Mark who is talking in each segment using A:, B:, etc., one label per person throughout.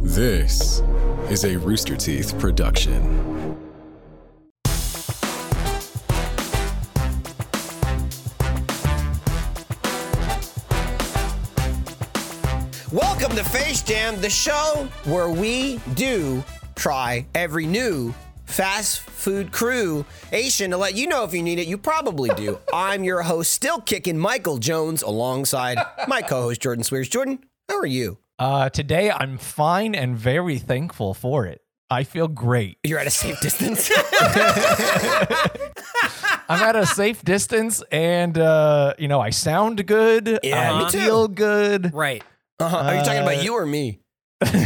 A: This is a Rooster Teeth production.
B: Welcome to Face Jam, the show where we do try every new fast food crew Asian to let you know if you need it. You probably do. I'm your host, still kicking Michael Jones alongside my co host, Jordan Swears. Jordan, how are you?
C: Uh, today I'm fine and very thankful for it. I feel great.
B: You're at a safe distance. Uh-huh.
C: I'm at a safe distance, and uh, you know I sound good.
B: Yeah,
C: I
B: me too.
C: feel good.
D: Right.
B: uh-huh. Are you talking about you or me?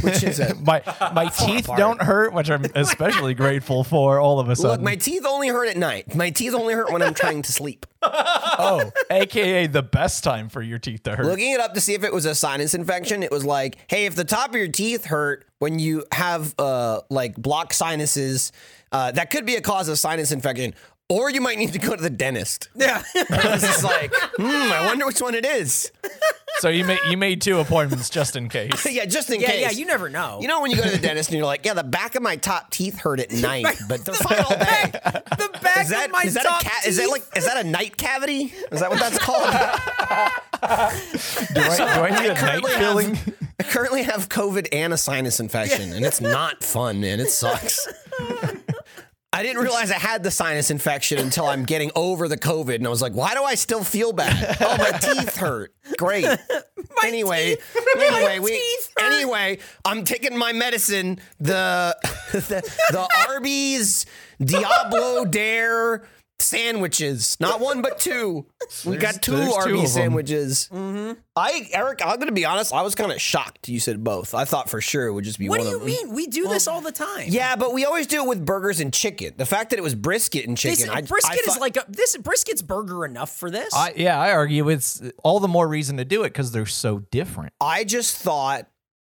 B: Which is it?
C: My my teeth don't hurt, which I'm especially grateful for. All of a
B: Look,
C: sudden,
B: my teeth only hurt at night. My teeth only hurt when I'm trying to sleep.
C: oh, aka the best time for your teeth to hurt.
B: Looking it up to see if it was a sinus infection, it was like, hey, if the top of your teeth hurt when you have uh, like blocked sinuses, uh, that could be a cause of sinus infection, or you might need to go to the dentist.
D: Yeah.
B: It's just like, hmm, I wonder which one it is.
C: so you made you made two appointments just in case.
B: yeah, just in
D: yeah,
B: case.
D: yeah, you never know.
B: You know when you go to the dentist and you're like, yeah, the back of my top teeth hurt at night, but they're fine all day.
D: the back
B: Is that,
D: of my
B: is that
D: top
B: a ca- is that
D: teeth-
B: like is that a night cavity? Is that what that's called?
C: Do I, do I need a night
B: currently have-
C: filling?
B: I currently have COVID and a sinus infection, and it's not fun, man. It sucks. I didn't realize I had the sinus infection until I'm getting over the COVID, and I was like, "Why do I still feel bad? Oh, my teeth hurt. Great. anyway, anyway, we
D: teeth hurt.
B: anyway, I'm taking my medicine. The the, the Arby's Diablo Dare sandwiches, not one but two. We got two
C: there's two
B: Arby's
C: of 'em.
B: sandwiches.
D: Mm-hmm.
B: I Eric, I'm gonna be honest. I was kind of shocked you said both. I thought for sure it would just be
D: What
B: one
D: do you
B: of them.
D: mean? We do this all the time.
B: Yeah, but we always do it with burgers and chicken. The fact that it was brisket and chicken,
D: This,
B: I,
D: brisket
B: I
D: is
B: thought-
D: like a, this brisket's burger enough for this.
C: I, yeah, I argue it's all the more reason to do it because they're so different.
B: I just thought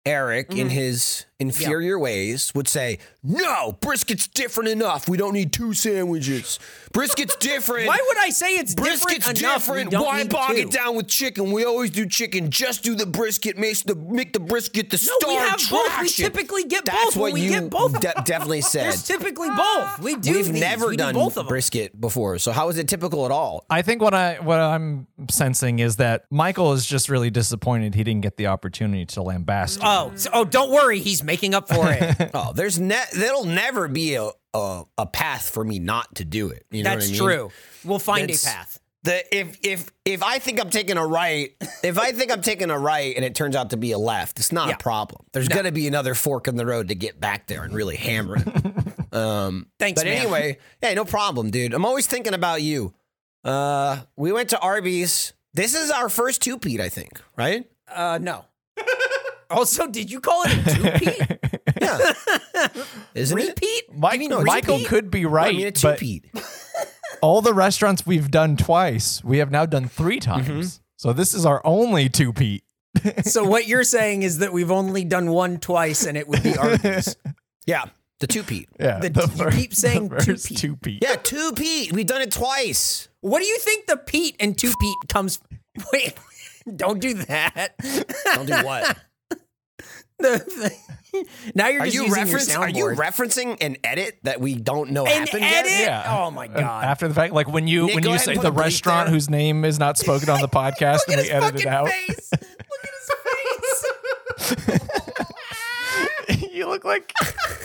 B: Eric,
D: Mm-hmm.
B: in his inferior ways, would say, "No, brisket's different enough. We don't need two sandwiches. Brisket's different."
D: Why would I say it's
B: Brisket's
D: different enough? We
B: different.
D: don't
B: Why
D: need
B: bog
D: two.
B: it down with chicken? We always do chicken. Just do the brisket. Make the make the brisket the
D: No,
B: star
D: we have both. We
B: attraction."
D: typically get
B: That's
D: both.
B: what
D: we
B: you
D: get both.
B: de- definitely said.
D: There's typically both. We do.
B: We've
D: these.
B: never
D: We do
B: done
D: both of them.
B: brisket before, so how is it typical at all?
C: I think what I what I'm sensing is that Michael is just really disappointed he didn't get the opportunity to lambast. you.
D: Oh, so, oh, don't worry. He's making up for it.
B: Oh, there's ne- there'll never be a, a a path for me not to do it. You know
D: That's
B: what I mean?
D: true. We'll find
B: That's-
D: a path.
B: The if if if I think I'm taking a right, if I think I'm taking a right and it turns out to be a left, it's not
D: Yeah.
B: a problem. There's gonna be another fork in the road to get back there and really hammer it. um,
D: Thanks,
B: but
D: man.
B: anyway, hey, no problem, dude. I'm always thinking about you. Uh, we went to Arby's. This is our first two Pete, I think, right?
D: Uh, no. also, did you call it a two-peat?
B: Isn't it?
D: Repeat?
C: Mi-
D: You mean
C: Michael
D: repeat?
C: could be right,
B: I mean, a two
C: but
B: Pete.
C: all the restaurants we've done twice, we have now done three times. So this is our only two Pete.
D: So what you're saying is that we've only done one twice, and it would be Arby's.
B: Yeah, the two Pete.
C: Yeah,
D: The- you keep saying two Pete.
C: two Pete.
B: Yeah, two Pete. We've done it twice.
D: what do you think the Pete and two Pete comes? Wait, don't do that.
B: Don't do what?
D: The- the- now you're
B: Are
D: just
B: you
D: using your
B: referencing? Are you
D: soundboard.
B: referencing an edit that we don't know
D: An
B: happened
D: edit?
B: yet?
C: Yeah.
D: Oh my
C: And
D: God.
C: After the fact, like when you
B: Nick,
C: when
B: go
C: you
B: ahead and
C: say
B: put a
C: the
B: bleep
C: restaurant
B: there.
C: whose name is not spoken on the podcast and we edit it out.
D: face. Look at his face.
C: you look like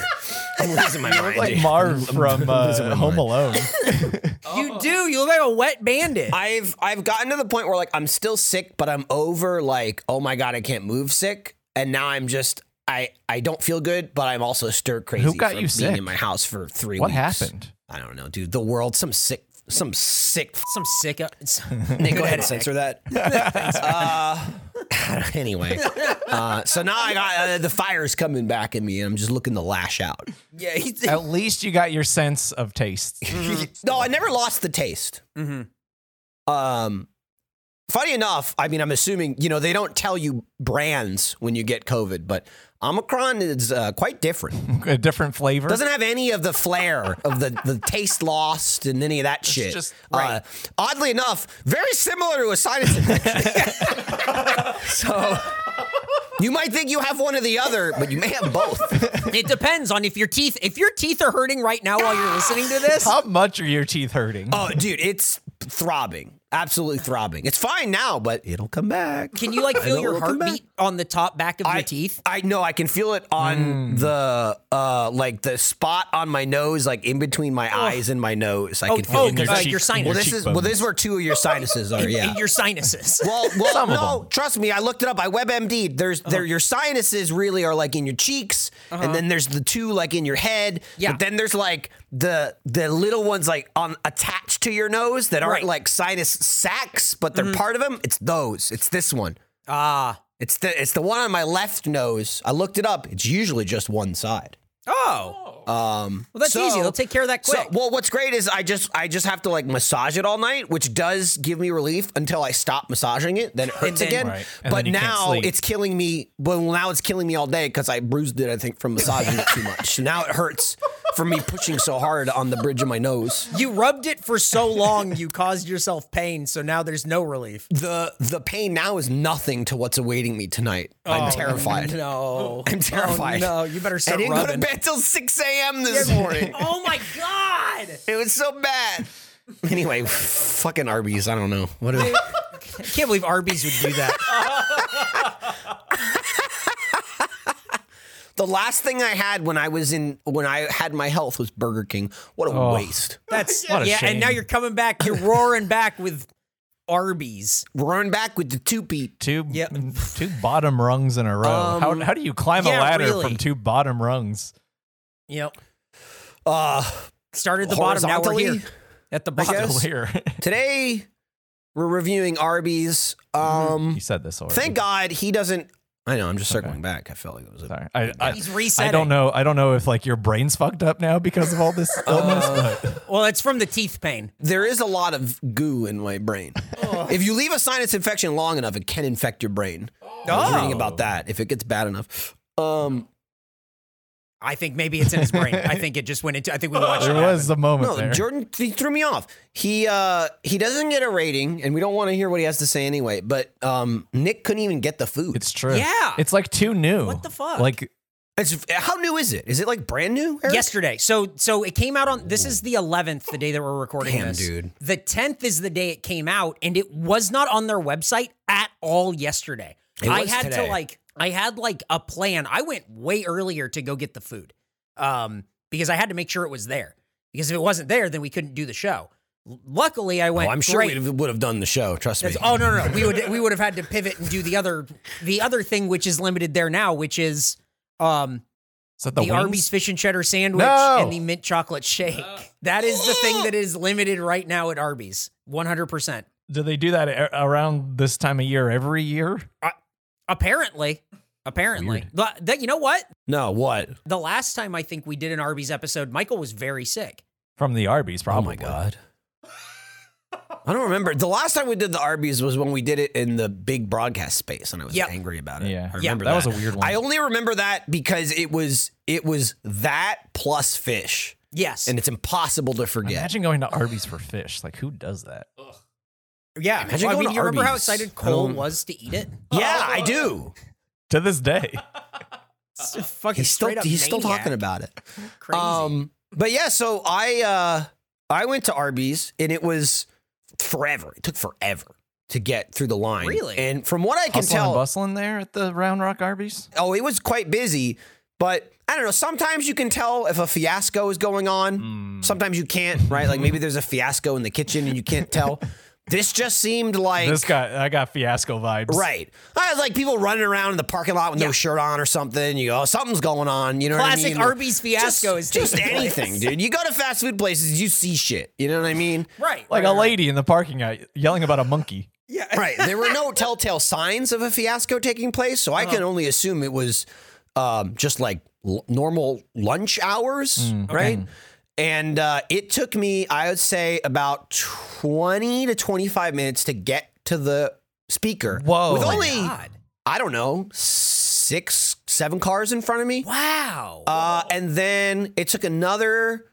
B: I'm losing my mind.
C: like
B: dude.
C: Marv from uh, Home Alone.
D: you do. You look like a wet bandit.
B: I've I've gotten to the point where like I'm still sick, but I'm over like oh my god I can't move sick, and now I'm just I I don't feel good, but I'm also stir crazy.
C: Who got
B: from being
C: you sick?
B: in my house for three?
C: What
B: weeks.
C: happened?
B: I don't know, dude. The world, some sick, some sick. f-
D: Some sick. uh,
B: Nick, go ahead and censor that. uh, anyway, uh, so now I got uh, the fire's coming back at me, and I'm just looking to lash out.
D: yeah, he's,
C: At least you got your sense of taste.
B: no, I never lost the taste.
D: Mhm.
B: Um, funny enough, I mean, I'm assuming you know they don't tell you brands when you get COVID, but Omicron is uh, quite different.
C: a different flavor.
B: Doesn't have any of the flair of the the taste lost and any of that shit.
C: just-
B: uh, oddly enough, very similar to a sinus infection. so. You might think you have one or the other, but you may have both.
D: It depends on if your teeth if your teeth are hurting right now while you're listening to this.
C: How much are your teeth hurting?
B: Oh, dude, it's throbbing. Absolutely throbbing. It's fine now, but it'll come back.
D: Can you like feel
B: It'll
D: your
B: come back.
D: heartbeat on the top back of your teeth?
B: I know I can feel it on
D: Mm.
B: the uh like the spot on my nose, like in between my eyes and my nose. I can feel
D: oh,
B: it.
D: in your
B: Uh,
D: cheek- your sinus.
B: well, this is well, this is where two of your sinuses are.
D: In-
B: yeah.
D: in your sinuses.
B: well, well,
C: Some of
B: no, trust me. I looked it up. I WebMD. There's
D: Uh-huh.
B: there your sinuses really are like in your cheeks, and then there's the two like in your head.
D: Yeah.
B: But then there's like the the little ones like on attached to your nose that aren't
D: Right. Mm-hmm.
B: like sinus sacs, but they're part of them. It's those. It's this one.
D: Ah.
B: It's the it's the one on my left nose. I looked it up. It's usually just one side.
D: oh.
B: Um,
D: Well, that's easy. They'll take care of that
B: so-
D: quick.
B: well, what's great is I just I just have to like massage it all night, which does give me relief until I stop massaging it. Then it hurts
D: then-
B: again.
C: Right. And
B: But
C: then you can't
B: now
C: sleep.
B: it's killing me. Well, now it's killing me all day because I bruised it. I think from massaging it too much. So now it hurts from me pushing so hard on the bridge of my nose.
D: you rubbed it for so long, you caused yourself pain, so now there's no relief.
B: The the pain now is nothing to what's awaiting me tonight. I'm terrified.
D: No.
B: I'm terrified.
D: Oh, no, you better
B: I
D: start
B: didn't go to
D: rubbing.
B: bed till six a.m. this morning.
D: Oh my god!
B: It was so bad. Anyway, fucking Arby's. I don't know. What is
D: I can't believe Arby's would do that.
B: the last thing I had when I was in when I had my health was Burger King. What a waste.
D: That's
C: What a
D: yeah, and now
C: shame.
D: you're coming back, you're roaring back with Arby's.
B: Roaring back with the two beat.
C: Two,
D: Yep.
C: two bottom rungs in a row. how, how do you climb
D: Um, yeah,
C: a ladder
D: really.
C: from two bottom rungs?
D: Yep.
B: Uh
D: Started at the bottom, now we're here.
B: Horizontally,
D: At the bottom.
B: guess.
C: Clear.
B: today we're reviewing Arby's.
C: you
D: Mm-hmm.
B: Um
C: said this already.
B: thank God he doesn't I know, I'm just circling back. I felt like it was a
C: Sorry. I, I,
D: He's
C: I
D: resetting.
C: don't know. I don't know if like your brain's fucked up now because of all this
D: Uh,
C: illness. but
D: Well, it's from the teeth pain.
B: there is a lot of goo in my brain. if you leave a sinus infection long enough, it can infect your brain. I was reading about
D: Oh.
B: that. If it gets bad enough. Um
D: I think maybe it's in his brain. I think it just went into. I think we watched
C: there
D: it.
C: was a moment
B: No,
C: there.
B: Jordan he threw me off. He uh he doesn't get a rating, and we don't want to hear what he has to say anyway. But um Nick couldn't even get the food.
C: it's true.
D: Yeah.
C: It's like too new.
D: What the fuck?
C: Like
B: It's- how new is it? Is it like brand new? Eric?
D: yesterday. So so it came out on this is the 11th, the day that we're recording
B: Damn,
D: this.
B: dude.
D: The 10th is the day it came out and it was not on their website at all yesterday.
B: It
D: I
B: was
D: had
B: today.
D: to like I had like a plan. I went way earlier to go get the food. Um because I had to make sure it was there. Because if it wasn't there, then we couldn't do the show. L- Luckily, I
B: Oh,
D: went
B: I'm sure
D: great.
B: we would have done the show. Trust me.
D: That's- oh no, no, no. We would we would have had to pivot and do the other the other thing which is limited there now, which is um
C: is that the,
D: the,
C: wings?
D: Arby's fish and cheddar sandwich
C: No.
D: and the mint chocolate shake. That is the thing that is limited right now at Arby's. 100%.
C: Do they do that a- around this time of year every year?
D: Apparently, apparently. But that, you know what?
B: No, what? Oh
D: The last time I think we did an Arby's episode, Michael was very sick.
C: From the Arby's,
B: Oh
C: probably.
B: my god. I don't remember. The last time we did the Arby's was when we did it in the big broadcast space, and I was
D: Yep.
B: angry about it.
C: Yeah.
B: I
C: Yeah,
B: remember
C: that was a weird one.
B: I only remember that because it was it was that plus fish,
D: Yes.
B: and it's impossible to forget.
C: Imagine going to Arby's for fish. Like who does that?
D: yeah.
B: imagine
D: I
B: going
D: mean,
B: to
D: you remember how
B: Arby's.
D: excited
B: I don't-
D: Cole was Oh, to eat it?
B: Yeah, I do.
C: To this day.
D: It's a fucking
B: He's still
D: straight up
B: he's still
D: maniac.
B: talking about it.
D: Crazy.
B: Um, but yeah, so I uh, I went to Arby's and it was forever. It took forever to get through the line.
D: Really?
B: And from what I can
C: Hustling and
B: tell,
C: bustling there at the Round Rock Arby's.
B: oh, it was quite busy. But I don't know. Sometimes you can tell if a fiasco is going on.
C: Mm.
B: Sometimes you can't. Right? Like maybe there's a fiasco in the kitchen and you can't tell. this just seemed like
C: This got I got fiasco vibes.
B: Right. I was like people running around in the parking lot with no shirt on or something. You go, oh, something's going on. You know what I
D: Classic
B: mean?
D: Arby's fiasco
B: just,
D: is
B: just
D: taking place.
B: anything, dude. You go to fast food places, you see shit. You know what I mean?
D: Right.
C: Like
D: right,
C: a
D: right.
C: lady in the parking lot yelling about a monkey.
B: Right. There were no telltale signs of a fiasco taking place, so I can
D: Uh-huh.
B: only assume it was um, just like l- normal lunch hours,
D: Mm.
B: right? And uh, it took me, I would say, about 20 to 25 minutes to get to the speaker.
C: Whoa.
B: With
C: Oh my
B: only,
D: God.
B: I don't know, six, seven cars in front of me.
D: Wow.
B: Uh, and then it took another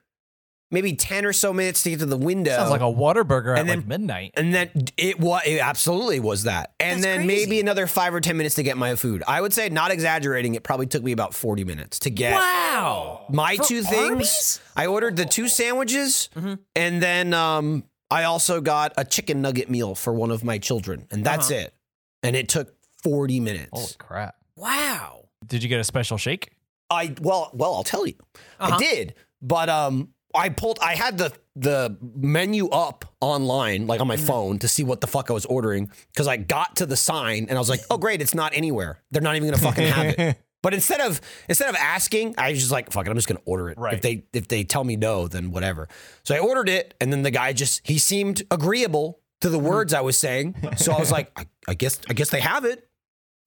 B: maybe 10 or so minutes to get to the window.
C: Sounds like a Whataburger at
B: And then-
C: like midnight.
B: and then it was it absolutely was that. And
D: That's
B: then
D: crazy.
B: maybe another 5 or 10 minutes to get my food. I would say not exaggerating, it probably took me about 40 minutes to get
D: Wow.
B: my
D: For
B: two things.
D: Arby's?
B: I ordered the two sandwiches and then um I also got a chicken nugget meal for one of my children and that's it. And it took 40 minutes.
C: Holy crap.
D: Wow.
C: Did you get a special shake?
B: I well, well, I'll tell you, I
D: Uh-huh.
B: did, but um, I pulled, I had the the menu up online, like on my phone, to see what the fuck I was ordering because I got to the sign and I was like, oh great, it's not anywhere. They're not even gonna fucking have it. But instead of instead of asking, I was just like, fuck it, I'm just gonna order it. If
C: Right.
B: they if they tell me no, then whatever. So I ordered it, and then the guy just he seemed agreeable to the words I was saying, so I was like, I, I guess I guess they have it.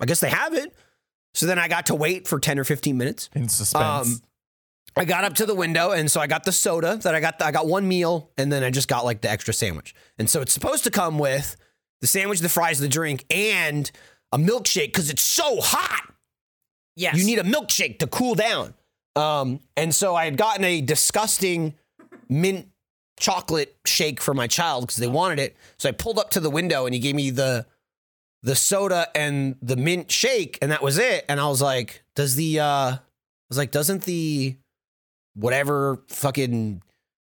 B: I guess they have it. So then I got to wait for 10 or 15 minutes.
C: In suspense.
B: Um, I got up to the window, and so I got the soda that I got. I got one meal, and then I just got like the extra sandwich. And so it's supposed to come with the sandwich, the fries, the drink, and a milkshake because it's so hot.
D: Yes.
B: You need a milkshake to cool down. Um, and so I had gotten a disgusting mint chocolate shake for my child because they wanted it. So I pulled up to the window, and he gave me the the soda and the mint shake, and that was it. And I was like, does the uh I was like, doesn't the whatever fucking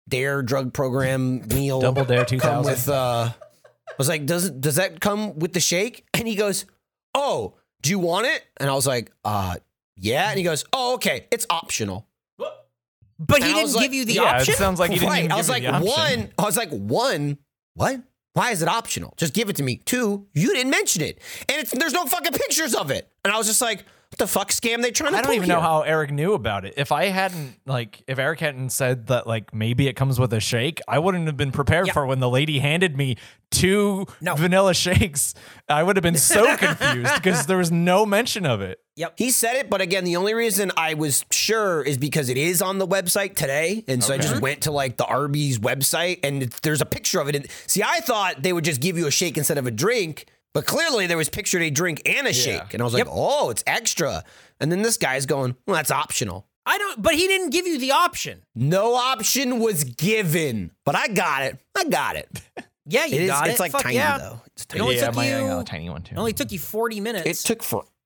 B: dare drug program meal
C: Double Dare
B: come
C: 2000.
B: with uh I was like, does does that come with the shake? And he goes, Oh, do you want it? And I was like, uh yeah. And he goes, Oh, okay, it's optional.
D: but he
B: and I was
D: didn't
B: like-
D: give you the
C: yeah,
D: option.
C: it sounds like you didn't
B: right.
C: even
B: I was
C: give
B: like,
C: me the option.
B: one, I was like, one, what? Why is it optional? Just give it to me. Two, you didn't mention it. And it's there's no fucking pictures of it. And I was just like, what the fuck scam they trying to
C: I don't
B: pull
C: even
B: here?
C: know how Eric knew about it. If I hadn't like if Eric hadn't said that like maybe it comes with a shake, I wouldn't have been prepared
D: Yeah.
C: for when the lady handed me two
D: No.
C: vanilla shakes. I would have been so confused because there was no mention of it.
B: He said it, but again, the only reason I was sure is because it is on the website today, and so I just went to like the Arby's website, and it, there's a picture of it. And see, I thought they would just give you a shake instead of a drink, but clearly there was pictured a drink and a shake, and I was like, oh, it's extra. And then this guy's going, well, that's optional.
D: I don't. But he didn't give you the option.
B: No option was given, but I got it. I got it.
D: Yeah, you
B: It is.
D: got it.
B: It's like
D: Fuck
B: tiny
D: yeah.
B: though. It's
D: It
B: tiny.
D: only took you.
C: tiny one too.
D: it only took you forty
B: It
D: minutes.
B: took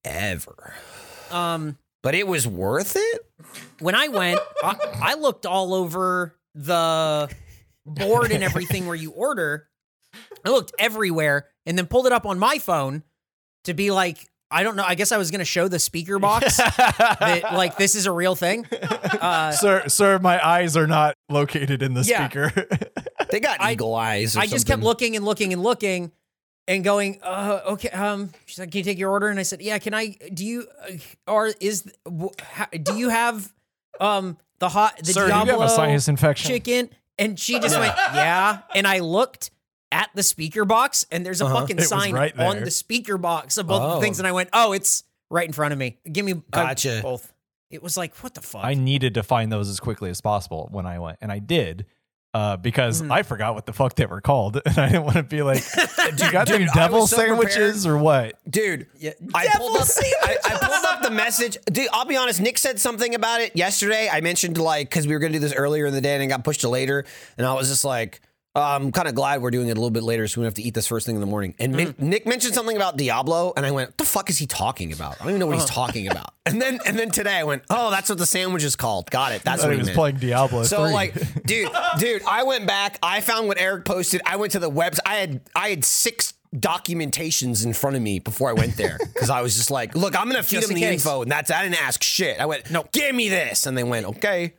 B: forever,
D: um,
B: but it was worth it.
D: when I went, I, I looked all over the board and everything where you order. I looked everywhere and then pulled it up on my phone to be like, I don't know. I guess I was going to show the speaker box that like this is a real thing. Uh,
C: sir, sir, my eyes are not located in the
D: Yeah.
C: speaker.
B: They got
D: I-
B: eagle eyes. Or
D: I just kept
B: something.
D: looking and looking and looking and going, uh, okay, um, she's like, can you take your order? And I said, yeah, can I, do you, uh, or is, w- ha, do you have, um, the hot, the
C: sir,
D: Diablo
C: you have a sinus infection.
D: chicken? And she just went, yeah. And I looked at the speaker box and there's a fucking
C: Uh-huh. was
D: sign
C: right
D: on
C: there.
D: the speaker box of both
B: Oh.
D: the things. And I went, oh, it's right in front of me. Give me uh,
B: Gotcha.
D: both. It was like, what the fuck?
C: I needed to find those as quickly as possible when I went, and I did. Uh, because
B: Mm-hmm.
C: I forgot what the fuck they were called, and I didn't want to be like, "You got them
B: dude, I
C: devil
B: was so
C: sandwiches or what?"
B: dude.
D: Yeah.
B: I
D: Devil
B: pulled, up, I,
D: sandwiches.
B: I pulled up the message. Dude, I'll be honest. Nick said something about it yesterday. I mentioned like because we were gonna do this earlier in the day and it got pushed to later, and I was just like. "Oh, I'm kind of glad we're doing it a little bit later, so we don't have to eat this first thing in the morning. And Min-
D: Mm-hmm.
B: Nick mentioned something about Diablo, and I went, "What the fuck is he talking about? I don't even know what
D: Uh.
B: he's talking about." And then, and then today I went, "Oh, that's what the sandwich is called. Got it. That's what
C: I thought
B: he
C: he was
B: meant."
C: playing Diablo.
B: So
C: 3.
B: like, dude, dude, I went back. I found what Eric posted. I went to the webs. I had I had six documentations in front of me before I went there because I was just like, look, I'm gonna feed
D: Just
B: them
D: in
B: the
D: case.
B: info, and that's I didn't ask shit. I went, no, give me this, and they went, okay.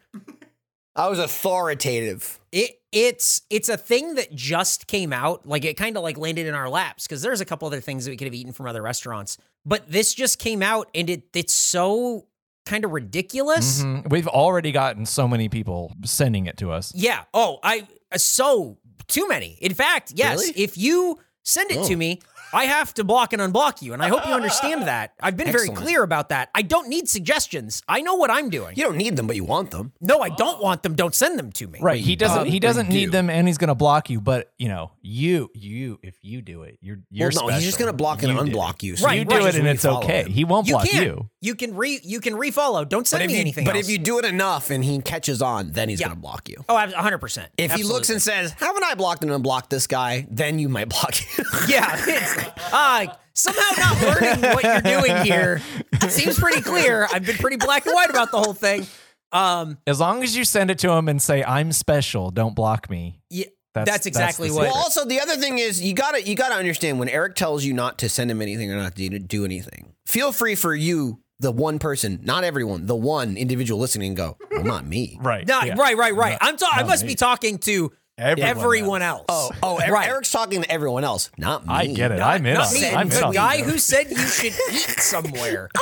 B: I was authoritative.
D: It it's it's a thing that just came out. Like it kind of like landed in our laps because there's a couple other things that we could have eaten from other restaurants, but this just came out and it it's so kind of ridiculous.
B: Mm-hmm.
C: Mhm. we've already gotten so many people sending it to us.
D: Yeah. Oh, I so too many. In fact, yes.
B: Really?
D: If you send it to me, I have to block and unblock you, and I hope you understand that. I've been
B: Excellent.
D: very clear about that. I don't need suggestions. I know what I'm doing.
B: You don't need them, but you want them.
D: No, I don't want them. Don't send them to me.
C: Right. He doesn't. He doesn't
B: you
C: need
B: do.
C: them, and he's going to block you. But you know, you, you, if you do it, you're you're.
B: well, no, he's just
C: special.
B: gonna block and
C: You did it.
B: unblock you.
D: Right,
C: You
B: you
D: right.
B: just
C: do it, and
B: really
C: it's
B: follow
C: okay.
B: him.
C: He won't
D: You
C: block
D: can't.
C: you.
D: You can re you can refollow. Don't send
B: But, if
D: me
B: you,
D: anything.
B: but
D: else.
B: if you do it enough and he catches on, then he's
D: Yeah.
B: going to block you.
D: oh, ab- 100. percent
B: If he looks and says, haven't I blocked and unblocked this guy? Then you might block him.
D: yeah, it's, uh, somehow not learning what you're doing here seems pretty clear. I've been pretty black and white about the whole thing. Um,
C: As long as you send it to him and say, I'm special, don't block me.
D: yeah, that's,
C: That's- that's
D: exactly
C: the
D: what.
B: Well, also the other thing is you gotta you gotta understand when Eric tells you not to send him anything or not to do anything. Feel free for you, the one person, not everyone, the one individual listening, and go, well, not me.
C: Right.
D: No,
C: yeah.
D: right, right, right. I'm talking. I
C: no,
D: must
C: me.
D: be talking to everyone,
C: Everyone
D: else.
B: Oh, oh, Eric,
D: Right.
B: Eric's talking to everyone else, not me.
C: I get it. I'm in
D: Not
C: on
D: me,
C: it. I'm in
D: the
C: on
D: guy
C: it.
D: who said you should eat somewhere.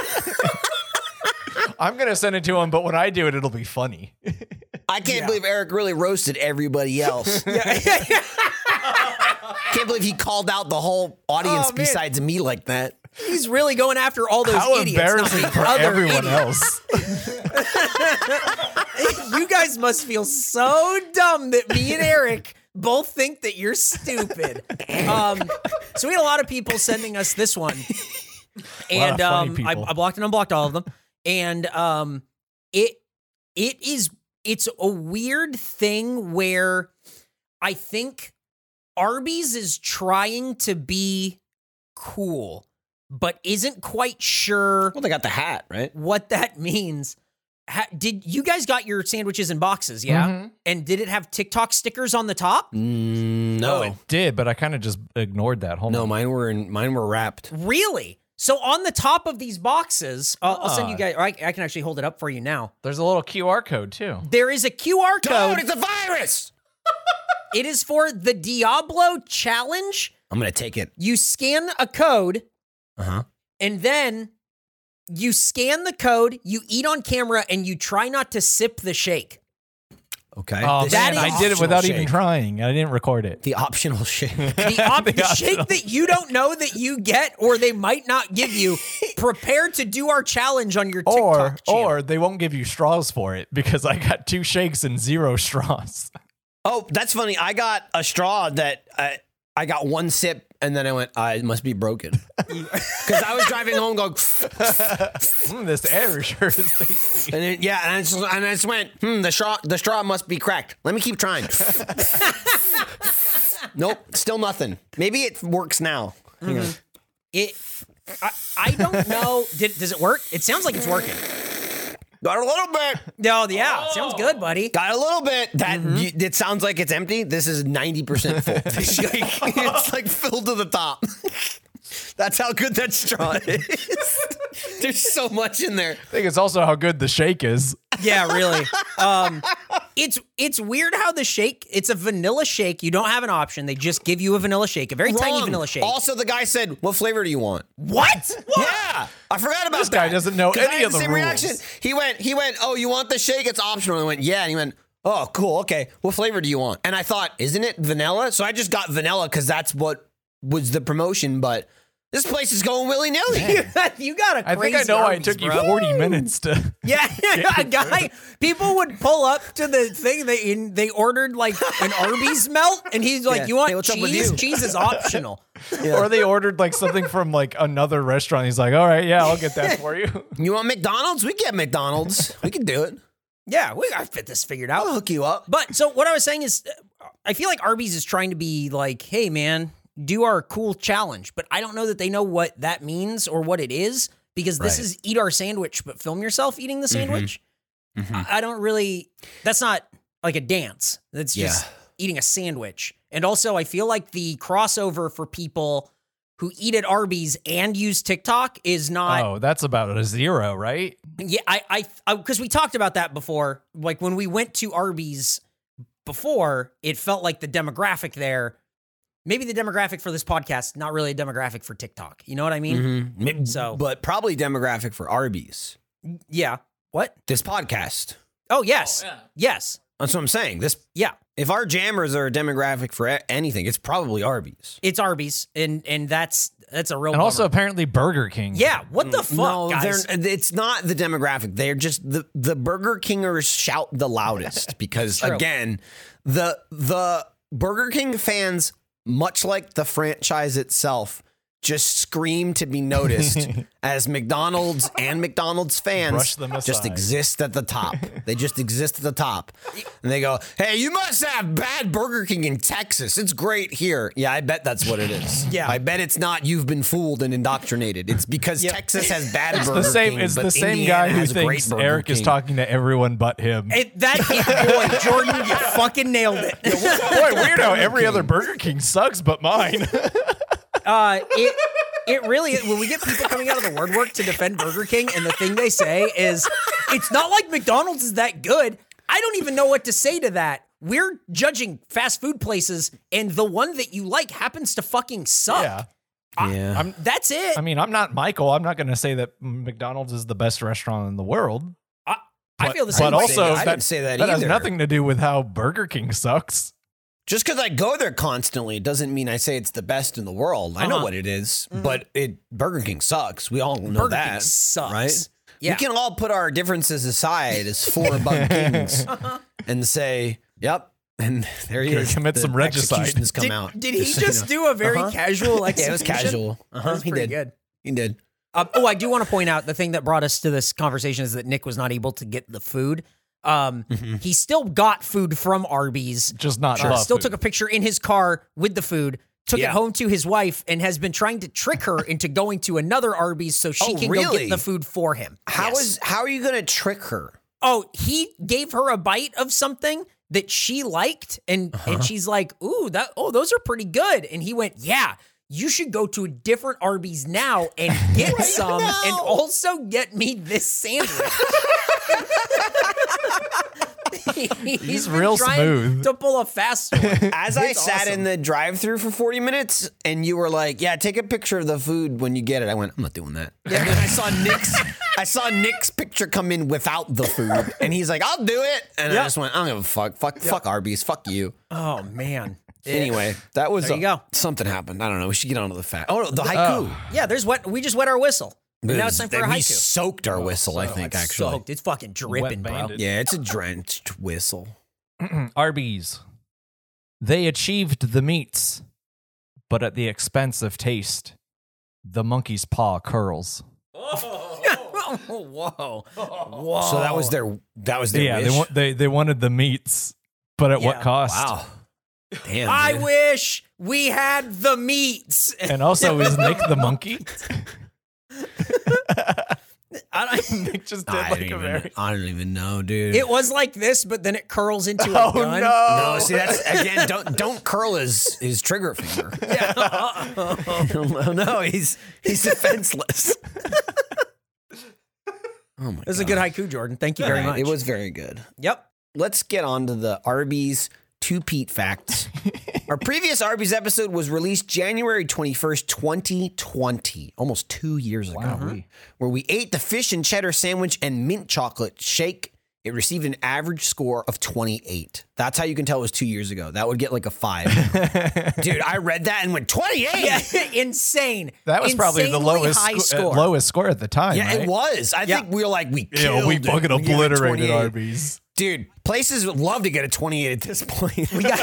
C: I'm going to send it to him, but when I do it, it'll be funny.
B: I can't believe Eric really roasted everybody else. can't believe he called out the whole audience
D: Oh, man.
B: besides me like that.
D: He's really going after all those
C: How
D: idiots. not
C: embarrassing
D: the
C: for
D: other
C: everyone
D: idiots.
C: else.
D: You guys must feel so dumb that me and Eric both think that you're stupid. Um, so we had a lot of people sending us this one, and
C: funny
D: um, I,
C: people.
D: I blocked and unblocked all of them, and um, it it is it's a weird thing where I think Arby's is trying to be cool, but isn't quite sure
B: Well, they got the hat, right?
D: what that means. Ha- did you guys got your sandwiches in boxes? Yeah,
C: Mm-hmm.
D: and did it have TikTok stickers on the top?
B: Mm, no,
C: Oh, It did, but I kind of just ignored that. Hold
B: no,
C: on.
B: mine were in, mine were wrapped.
D: Really? So on the top of these boxes, I'll, I'll
B: Ah.
D: send you guys. Or I, I can actually hold it up for you now.
C: There's a little QR code, too.
D: There is a QR
C: Oh.
B: Dude,
D: code.
B: Oh, it's a virus.
D: It is for the Diablo challenge.
B: I'm gonna take it.
D: You scan a code,
B: Uh
C: Uh-huh.
B: huh.
D: and then you scan the code. You eat on camera, and you try not to sip the shake.
B: Okay.
C: Oh,
B: This-
D: That
C: man,
D: is
C: I did it without even
B: shake.
C: trying. I didn't record it.
B: The optional shake.
D: the, op- the shake
C: optional.
D: that you don't know that you get or they might not give you. Prepare to do our challenge on your TikTok
C: Or,
D: channel.
C: or they won't give you straws for it because I got two shakes and zero straws.
B: Oh, that's funny. I got a straw that I, I got one sip and then I went, I it must be broken. Because I was driving home going,
C: Mm, this air sure is tasty.
B: and then, yeah, and I, just, and I just went, hmm, the straw, the straw must be cracked. Let me keep trying. nope, still nothing. Maybe it works now. Hang on.
D: It, I, I don't know. Did, does it work? It sounds like it's working.
B: Got a little bit.
D: No, yeah, it sounds good, buddy.
B: Got a little bit. That you, it sounds like it's empty. This is ninety percent full. It's like, it's like filled to the top. That's how good that straw is. There's so much in there.
C: I think it's also how good the shake is.
D: Yeah, really. Um, it's it's weird how the shake. It's a vanilla shake. You don't have an option. They just give you a vanilla shake, a very tiny
B: Wrong.
D: vanilla shake.
B: Also, the guy said, "What flavor do you want?"
D: what?
B: Yeah, I forgot about
C: This
B: that.
C: guy doesn't know
B: 'Cause I
C: any
B: had
C: of
B: the
C: the
B: same
C: rules.
B: reaction. He went, he went, "Oh, you want the shake? It's optional." And I went, "Yeah," and he went. Oh, cool. Okay. What flavor do you want? And I thought, isn't it vanilla? So I just got vanilla because that's what was the promotion. But this place is going willy nilly.
D: you got a
C: I
D: crazy
C: think I know why it
D: Arby's,
C: took you
D: bro.
C: 40 minutes to.
D: Yeah, a guy. People would pull up to the thing they in, they ordered like an Arby's melt, and he's like,
B: Yeah.
D: "You want
B: Hey, what's up with
D: cheese?
B: you?"
D: Cheese is optional."
C: Or they ordered like something from like another restaurant. He's like, all right, yeah, I'll get that for you.
B: You want McDonald's? We get McDonald's. we can do it.
D: yeah, we gotta fit this figured out.
B: I'll hook you up.
D: But so what I was saying is, uh, I feel like Arby's is trying to be like, "Hey, man, do our cool challenge," but I don't know that they know what that means or what it is because this
B: Right. Mm-hmm.
D: is eat our sandwich, but film yourself eating the sandwich. I, I don't really. That's not like a dance. That's just
B: Yeah.
D: eating a sandwich. And also, I feel like the crossover for people who eat at Arby's and use TikTok is not.
C: oh, that's about a zero, right?
D: Yeah, I, I, because we talked about that before. Like when we went to Arby's before, it felt like the demographic there, maybe the demographic for this podcast, not really a demographic for TikTok. You know what I mean?
C: Mm-hmm.
B: Mhm.
D: So-
B: but probably demographic for Arby's.
D: Yeah. What?
B: This podcast.
D: Oh, yes. Yes.
B: That's what I'm saying. This
D: Yeah.
B: if our jammers are a demographic for a- anything, it's probably Arby's.
D: It's Arby's, and and that's that's a real.
C: And also,
D: bummer.
C: apparently, Burger King.
D: yeah. What the fuck, guys?
B: they're, it's not the demographic. They're just the the Burger Kingers shout the loudest because
D: True.
B: again, the the Burger King fans, much like the franchise itself, just scream to be noticed as McDonald's and McDonald's fans
C: Brush them
B: just
C: aside.
B: exist at the top. They just exist at the top. And they go, hey, you must have bad Burger King in Texas. It's great here. Yeah, I bet that's what it is.
D: Yeah.
B: I bet it's not you've been fooled and indoctrinated. It's because
D: Yep.
B: Texas has bad Burger
C: the same.
B: King,
C: It's
B: but
C: the same
B: Indiana
C: guy who
B: has great
C: thinks
B: Burger
C: Eric is
B: King.
C: talking to everyone but him.
D: It, that boy, Jordan, you fucking nailed it.
C: Boy, weirdo! Every other Burger King sucks, but mine.
D: Uh, it it really when we get people coming out of the woodwork to defend Burger King, and the thing they say is, it's not like McDonald's is that good. I don't even know what to say to that. We're judging fast food places, and the one that you like happens to fucking
B: Oh.
D: suck.
C: yeah.
B: Yeah.
C: I'm.
D: That's it.
C: I mean, I'm not Michael. I'm not going to say that McDonald's is the best restaurant in the world.
D: I feel the same.
C: But
D: way.
C: also,
B: I
C: that,
B: didn't say that
C: that has
B: either.
C: nothing to do with how Burger King sucks.
B: Just because I go there constantly doesn't mean I say it's the best in the world. I know
D: Uh-huh.
B: what it is, but it Burger King sucks. We all know
D: Burger
B: that.
D: King sucks.
B: right?
D: Yeah.
B: We can all put our differences aside as four bug kings and say, "Yep." And there he
C: Uh-huh. Gonna
B: is.
C: commit
B: the
C: some regicide.
B: executions come
D: did,
B: out.
D: did he
B: so you
D: just
B: know.
D: do a very
B: Uh-huh.
D: casual
B: Yeah,
D: execution?
B: it was casual.
D: That
B: Uh-huh.
D: was
B: He
D: pretty
B: did.
D: good.
B: He did.
D: Um, oh, I do want to point out the thing that brought us to this conversation is that Nick was not able to get the food. Um,
B: Mm-hmm.
D: He still got food from Arby's.
C: Just not.
D: Uh,
C: love
D: still
C: food.
D: took a picture in his car with the food. Took it
B: Yeah.
D: home to his wife and has been trying to trick her into going to another Arby's so she
B: Oh,
D: can go
B: really?
D: get the food for him.
B: How
D: Yes.
B: is- how are you going to trick her?
D: Oh, he gave her a bite of something that she liked, and
C: Uh-huh.
D: and she's like, "Ooh, that oh, those are pretty good." And he went, "Yeah, you should go to a different Arby's now and get some, and also get me this sandwich."
C: He's
D: been
C: real
D: trying
C: smooth.
D: to pull a fast one.
B: As I sat in the drive-through for 40 minutes and you were like, "Yeah, take a picture of the food when you get it." I went, "I'm not doing that." And then I saw Nick's I saw Nick's picture come in without the food and he's like, "I'll do it." And I just went, "I don't give a fuck. Fuck fuck Arby's. Fuck you."
D: oh man,
B: Anyway, that was
D: There you
B: a-
D: go.
B: something happened. I don't know. We should get onto the fact. Oh, no, the haiku.
D: yeah. There's what we just wet our whistle. And now it's time for a
B: we
D: haiku.
B: soaked our whistle, I think, actually.
D: Soaked. It's fucking dripping, bro.
C: banded.
B: Yeah, it's a drenched whistle.
C: Arby's. They achieved the meats, but at the expense of taste. The monkey's paw curls. Oh.
D: Whoa, whoa.
B: So that was their that was their
C: yeah,
B: wish.
C: they, wa- they they wanted the meats, but at what
D: Yeah.
C: cost?
B: wow. Damn.
D: I
B: dude.
D: wish we had the meats.
C: And also, is Nick the monkey?
D: I don't-
C: Nick just did
B: I don't,
C: like a
B: even,
C: very.
B: I don't even know, dude.
D: it was like this, but then it curls into a
C: Oh
D: gun.
C: no!
B: no, see that's again. Don't don't curl his his trigger finger.
D: Oh.
B: no, no, he's he's defenseless. oh my!
D: It was a good haiku, Jordan. Thank you very much.
B: It was very good.
D: Yep.
B: let's get on to the Arby's two Pete facts. Our previous Arby's episode was released January 21st, 2020, almost two years ago,
C: Uh-huh.
B: where we ate the fish and cheddar sandwich and mint chocolate shake. It received an average score of 28. That's how you can tell it was two years ago. That would get like a five. Dude, I read that and went 28.
D: Yeah, insane.
C: That was probably the
D: Insanely
C: lowest sco-
D: high
C: uh,
D: score.
C: lowest score at the time.
B: Yeah,
C: right?
B: it was. I
D: Yeah.
B: think we were like, we
C: Yeah,
B: killed
C: we
B: it.
C: fucking
B: gave it
C: obliterated
B: 28.
C: Arby's.
B: Dude, places would love to get a 28 at this point. We got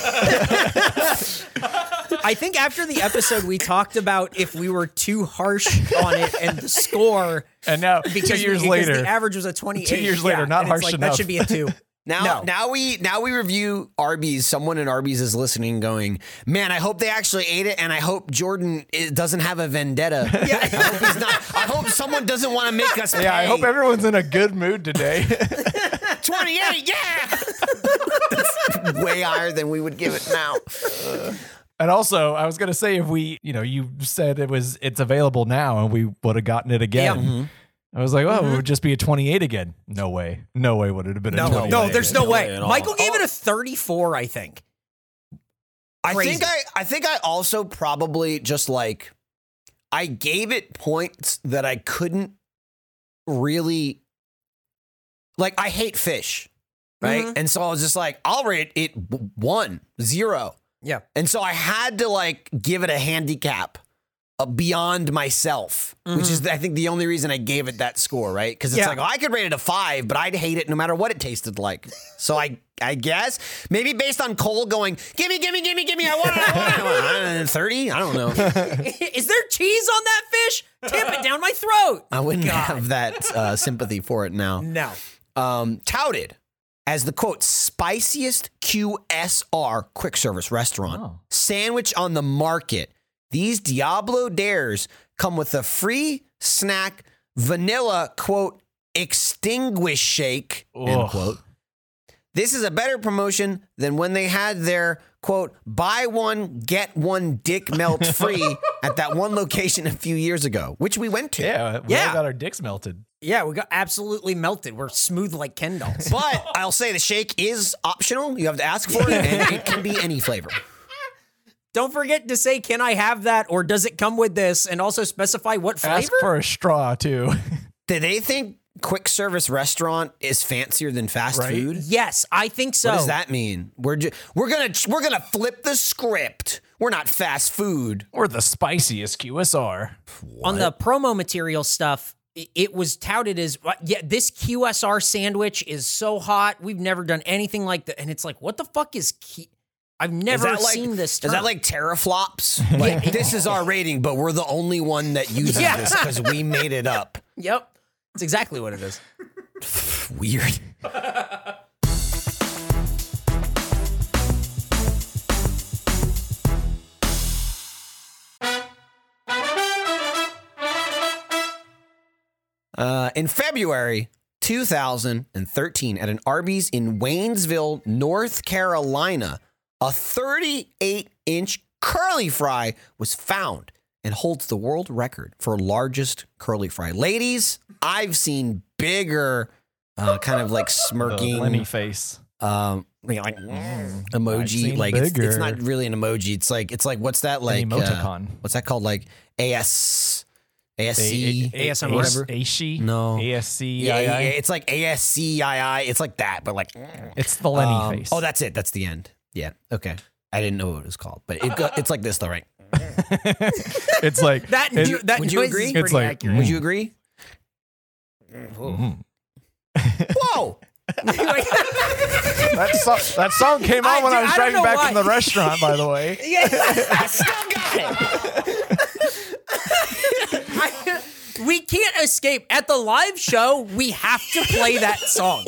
D: I think after the episode, we talked about if we were too harsh on it and the score.
C: And now,
D: Because
C: two years
D: because
C: later,
D: the average was a twenty-eight.
C: two years later,
D: Yeah,
C: not
D: and
C: harsh
D: it's like, That
C: enough.
D: should be a two.
B: Now,
D: No.
B: now we now we review Arby's. Someone in Arby's is listening, going, "Man, I hope they actually ate it, and I hope Jordan i- doesn't have a vendetta. Yeah. I hope he's not. I hope someone doesn't want to make us.
C: yeah, I hope everyone's in a good mood today.
B: twenty eight. Yeah, That's way higher than we would give it now.
C: And also, I was gonna say if we, you know, you said it was it's available now, and we would have gotten it again.
D: mm-hmm.
C: I was like, oh, it would just be a twenty-eight again. No way, no way would it have been a
D: No,
C: twenty-eight.
D: no, there's no,
B: No
D: way.
B: way at all.
D: Michael gave it a thirty-four, I think.
B: I think
D: Crazy.
B: I I think I also probably just like I gave it points that I couldn't really like I hate fish, right?
D: Mhm.
B: And so I was just like, I'll rate it w- one, zero.
D: Yeah.
B: And so I had to like give it a handicap uh, beyond myself, which is I think the only reason I gave it that score, right? Because it's
D: Yeah.
B: like oh, I could rate it a five, but I'd hate it no matter what it tasted like. So I I guess maybe based on Cole going, gimme, gimme, gimme, gimme, I want it, I want it, I want it. Thirty? I don't know.
D: Is there cheese on that fish? Tamp it down my throat.
B: I wouldn't have that uh, sympathy for it now.
D: No.
B: um, touted as the quote spiciest QSR quick service restaurant
C: Oh.
B: sandwich on the market. These Diablo dares come with a free snack vanilla quote extinguish shake end
C: Ugh.
B: quote. This is a better promotion than when they had their quote buy one get one dick melt free at that one location a few years ago, which we went to.
C: Yeah, we
B: Yeah.
C: all got our dicks melted.
D: Yeah, we got absolutely melted. We're smooth like Ken dolls.
B: But I'll say the shake is optional. You have to ask for it, and it can be any flavor.
D: Don't forget to say, can I have that or does it come with this? And also specify what
C: Ask
D: flavor.
C: for a straw too.
B: Do they think quick service restaurant is fancier than fast
C: Right.
B: food?
D: yes, I think so.
B: What does that mean? We're ju- we're gonna we're gonna flip the script. We're not fast food.
C: We're the spiciest QSR.
D: On the promo material stuff, i- it was touted as "What- yeah, this QSR sandwich is so hot. We've never done anything like that. And it's like, what the fuck is Q? I've
B: Is
D: never
B: that like-
D: seen this.
B: Is that
D: term.
B: like teraflops? Like this is our rating, but we're the only one that uses
D: Yeah.
B: this because we made it up.
D: Yep. That's exactly what it is.
B: Weird. Uh, in February 2013, at an Arby's in Waynesville, North Carolina, a 38 inch curly fry was found and holds the world record for largest curly fry. Ladies, I've seen bigger, uh, kind of like
C: The
B: smirking
C: Lenny face.
B: um, you know, like
C: I've
B: emoji.
C: seen
B: Like it's, it's
C: bigger.
B: not really an emoji. It's like it's like what's that like?
C: An
B: uh,
C: emoticon.
B: what's that called? Like AS ASC
C: A- A-
D: ASMR?
B: whatever.
C: ASCII?
B: No.
C: ASCII?
B: Yeah, yeah, yeah, it's like ASCII. It's like that, but like
C: It's the Lenny
B: um,
C: face.
B: Oh, that's it. That's the end. Yeah. Okay. I didn't know what it was called, but it go, it's like this though, right?
C: it's like
D: That,
C: it-
D: do, that
B: would you
D: noise
B: agree?
D: is
B: It's
D: pretty
C: like-
D: accurate.
B: Would you agree?
C: Mm.
B: Whoa!
C: that, song, that song came on
D: I
C: when
D: do-
C: I was
D: I don't
C: driving
D: know
C: back
D: why.
C: from the restaurant, by the way.
B: I still got it.
D: I- we can't escape at the live show. We have to play that song.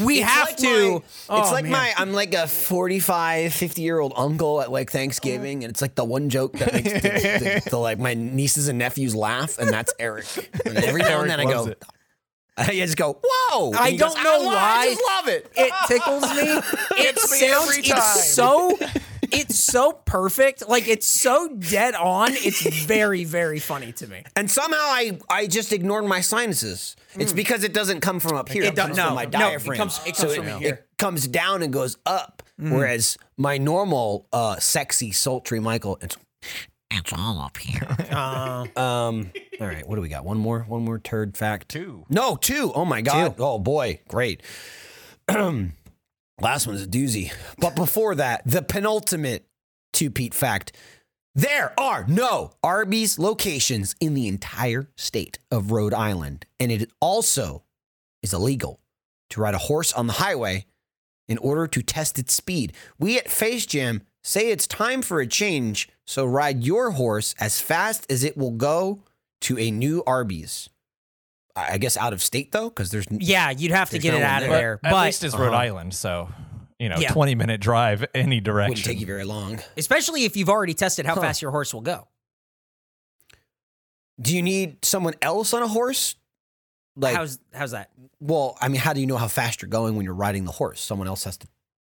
D: We
B: It's
D: have
B: like
D: to.
B: my- it's
D: Oh,
B: like
D: man.
B: my I'm like a 45, 50 year old uncle at like Thanksgiving, and it's like the one joke that makes the, the- the, like my nieces and nephews laugh, and that's Eric. And every now and then I
C: Eric
B: go,
C: loves it.
B: I just go, whoa! And
D: I
B: he goes,
D: don't know
B: lo-
D: why.
B: I just love it.
D: It tickles me. It
C: me
D: sounds.
C: every time.
D: It's so. It's so perfect. Like it's so dead on. It's very very funny to me.
B: And somehow I, I just ignored my sinuses. It's because it doesn't come from up here. It,
D: do-
B: comes
D: no,
B: from my
D: no, Hmm. it
B: diaphragm.
D: comes- it
B: so
D: comes from
B: it,
D: here. Hmm.
B: it comes down and goes up. Whereas my normal, uh, sexy, sultry Michael, it's it's all up here.
D: Uh,
B: Um, all right, what do we got? One more, one more turd fact.
C: Two.
B: No, two. Oh my god. Oh boy, great. Last one's a doozy. But before that, the penultimate two Pete fact. There are no Arby's locations in the entire state of Rhode Island. And it also is illegal to ride a horse on the highway in order to test its speed. We at Face Jam say it's time for a change, so ride your horse as fast as it will go to a new Arby's. I I guess out of state though, because there's
D: yeah, you'd have to
B: There's
D: get
B: no
D: it
B: one
D: out of
B: there.
D: there.
C: At
D: but
C: least it's Rhode Island, so you know,
D: Yeah.
C: twenty minute drive any
B: wouldn't take you
C: direction.
B: very long.
D: especially if you've already tested how
B: Huh.
D: fast your horse will go.
B: Do you need someone else on a horse? Like,
D: how's how's that?
B: well, I mean, how do you know how fast you're going when you're riding the horse? Someone else has to,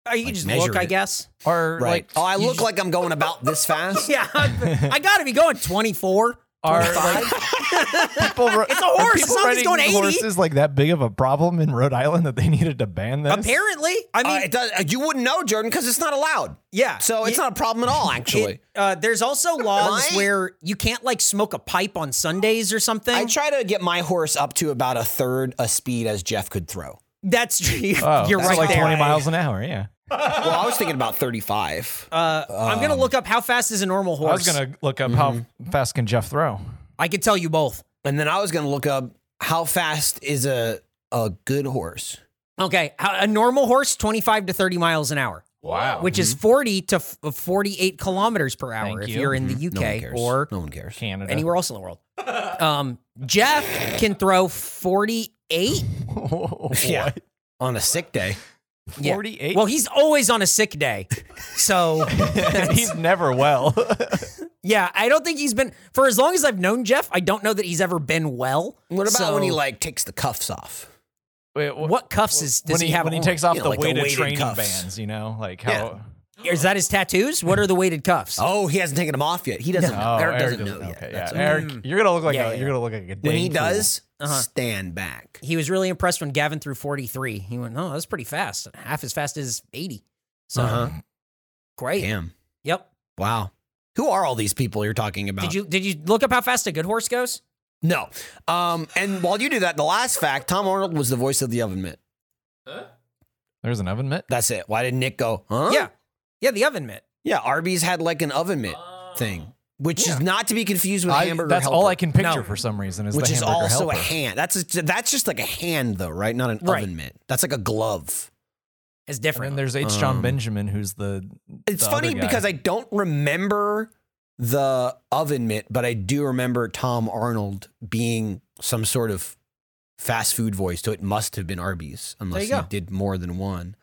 D: Oh, you
B: Like,
D: just
B: measure
D: look, I
B: it.
D: guess.
C: Or
B: right?
C: like,
B: oh, I
C: you
B: look
C: just-
B: like I'm going about this fast.
D: Yeah, I gotta be going twenty four.
C: are like people. it's
D: a horse. It's
C: People
D: not like it's
C: riding
D: going 80.
C: horses like that big of a problem in Rhode Island that they needed to ban this.
D: Apparently, I
B: Uh,
D: mean,
B: it does, uh, you wouldn't know, Jordan, because it's not allowed.
D: yeah.
B: So it's
D: Y-
B: not a problem at all, actually.
D: It, uh, there's also laws
B: Right?
D: where you can't like smoke a pipe on Sundays or something.
B: I try to get my horse up to about a third a speed as Jeff could throw.
D: That's true.
C: Oh,
D: You're
C: so
D: right
C: like
D: there.
C: twenty miles an hour. Yeah,
B: Well, I was thinking about 35.
D: Uh, I'm gonna look up how fast is a normal
C: Um, I
D: horse.
C: was gonna look up how fast can Jeff throw.
D: I could tell you both.
B: And then I was going to look up how fast is a a good horse.
D: Okay, how- a normal horse 25 to 30 miles an hour.
C: Wow.
D: Which
B: Mm-hmm.
D: is 40 to f- 48 kilometers per hour
C: Thank
D: if
C: you.
D: you're in the
B: Mm-hmm. No one
D: UK
B: cares.
D: or
B: no one cares.
C: Canada.
D: anywhere else in the world. Um, Jeff can throw 48.
B: Yeah. On a sick day.
D: Yeah.
C: 48?
D: Well, he's always on a sick day. So,
C: He's never well.
D: yeah, I don't think he's been, for as long as I've known Jeff, I don't know that he's ever been well.
B: What about
D: So-
B: when he like takes the cuffs off?
C: Wait, wh-
D: What cuffs is, does
C: when
D: he,
C: he,
D: have?
C: when he
D: on?
C: takes off
B: Yeah,
C: the
B: like the
C: weighted,
B: weighted
C: training
B: cuffs.
C: bands, you know, like how
B: Yeah.
D: Is that his tattoos? What are the weighted cuffs?
B: Oh, he hasn't taken them off yet. He doesn't. know.
C: Oh,
B: Eric, doesn't, know yet.
C: okay,
B: That's mm.
C: yeah.
B: what-
C: Eric, you're gonna look like
D: Yeah,
C: a,
D: yeah.
C: you're gonna look like a.
B: when he
C: dang fool.
B: does,
C: Uh-huh.
B: stand back.
D: He was really impressed when Gavin threw 43. He went, no, that's pretty fast. Half as fast as 80. So,
C: Uh-huh.
D: great.
B: Damn.
D: Yep.
B: Wow. Who are all these people you're talking about?
D: Did you did you look up how fast a good horse goes?
B: No. Um, and while you do that, the last fact, Tom Arnold was the voice of the oven mitt.
C: there's an oven mitt.
B: That's it. Why didn't Nick go, huh?
D: Yeah. Yeah, the oven mitt.
B: Yeah, Arby's had like an oven mitt thing, which is not to be confused with
C: Oh. I-
B: hamburger
C: that's
B: helper,
C: all I can picture
D: No.
C: for some reason is
B: which
C: the
B: is
C: hamburger
B: also
C: helper.
B: a hand. That's a, that's just like a hand though, right? Not an
D: Right.
B: oven mitt. That's like a glove.
D: It's
C: and
D: different.
C: then there's H. John
B: Um,
C: Benjamin, who's the.
B: It's
C: the
B: funny
C: other guy.
B: because I don't remember the oven mitt, but I do remember Tom Arnold being some sort of fast food voice, so it must have been Arby's unless
D: you
B: he
D: go.
B: did more than one.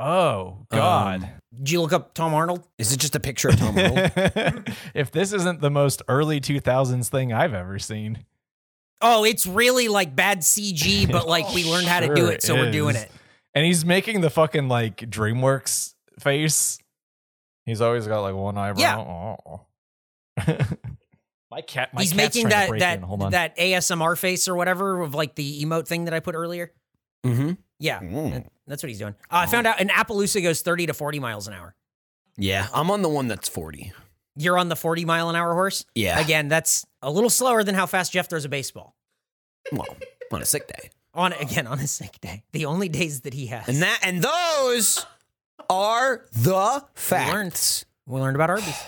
C: Oh God!
D: Did you look up Tom Arnold?
B: Is it just a picture of Tom Arnold?
C: if this isn't the most early 2000s thing I've ever seen,
D: Oh, it's really like bad CG, but like we learned how to do
C: Sure
D: it, so we're doing
C: is.
D: it.
C: and he's making the fucking like DreamWorks face. He's always got like one eyebrow. Oh. my cat. My
D: He's
C: cat's
D: making
C: trying to
D: that
C: break
D: that
C: in. Hold on.
D: that ASMR face or whatever of like the emote thing that I put earlier.
B: mm-hmm.
D: Yeah,
B: Mm.
D: that- that's what he's doing. Uh,
C: Oh.
D: I found out an Appaloosa goes thirty to forty miles an hour.
B: Yeah, I'm on the one that's 40.
D: You're on the forty mile an hour horse.
B: Yeah.
D: Again, that's a little slower than how fast Jeff throws a baseball.
B: Well, on a sick day.
D: On again on a sick day, the only days that he has.
B: And that and those are the
D: learned.
B: facts.
D: we learned about Arby's.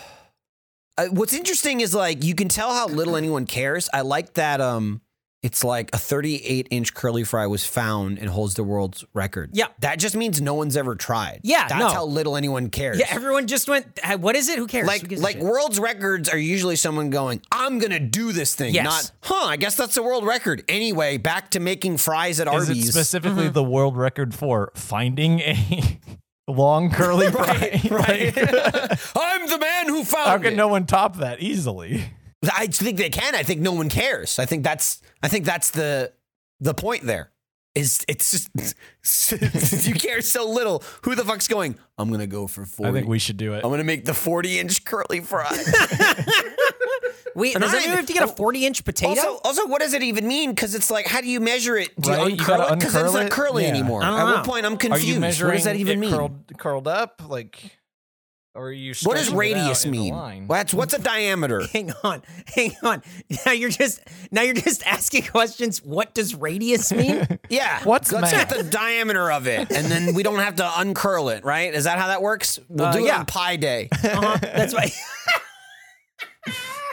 B: Uh, what's interesting is like you can tell how little anyone cares. I like that um it's like a 38 inch curly fry was found and holds the world's record.
D: Yeah.
B: That just means no one's ever tried.
D: Yeah,
B: That's
D: no.
B: how little anyone cares.
D: Yeah, everyone just went. "Hey, What is it? Who cares? Who
B: like
D: gives a
B: like
D: shit?"
B: world's records are usually someone going, I'm gonna do this thing.
D: Yes.
B: Not, huh, I guess that's the world record. Anyway, back to making fries at
C: Is it
B: Arby's.
C: specifically the world record for finding a long curly fry? Like,
B: I'm the man who found
C: how could
B: it.
C: no one top that easily?
B: I think they can. I think no one cares. I think that's I think that's the the point there. Is it's just you care so little. Who the fuck's going? I'm gonna go for forty.
C: I think we should do it.
B: I'm gonna make the forty inch curly fry.
D: Wait, does
B: I-
D: anyone have to get a forty-inch potato?
B: also, also, what does it even mean? Because it's like, how do you measure it? Do
C: Right?
B: you
C: You
B: uncurl
C: gotta
B: it? Because it's
C: uncurl
B: not
C: it?
B: curly
C: Yeah.
B: anymore.
D: I don't
B: At
D: know.
B: what point I'm confused? what does that even
C: it
B: mean?
C: Curled, curled up, like, or are you?
B: what does
C: stretching it out
B: radius
C: in a
B: mean?
C: line?
B: What's what's a diameter?
D: hang on, hang on. Now you're just now you're just asking questions. What does radius mean?
B: Yeah.
C: What's
B: let's
C: math?
B: get the diameter of it, and then we don't have to uncurl it, right? Is that how that works? We'll
D: Uh,
B: do it
D: yeah.
B: on Pi Day.
D: Uh-huh. That's why.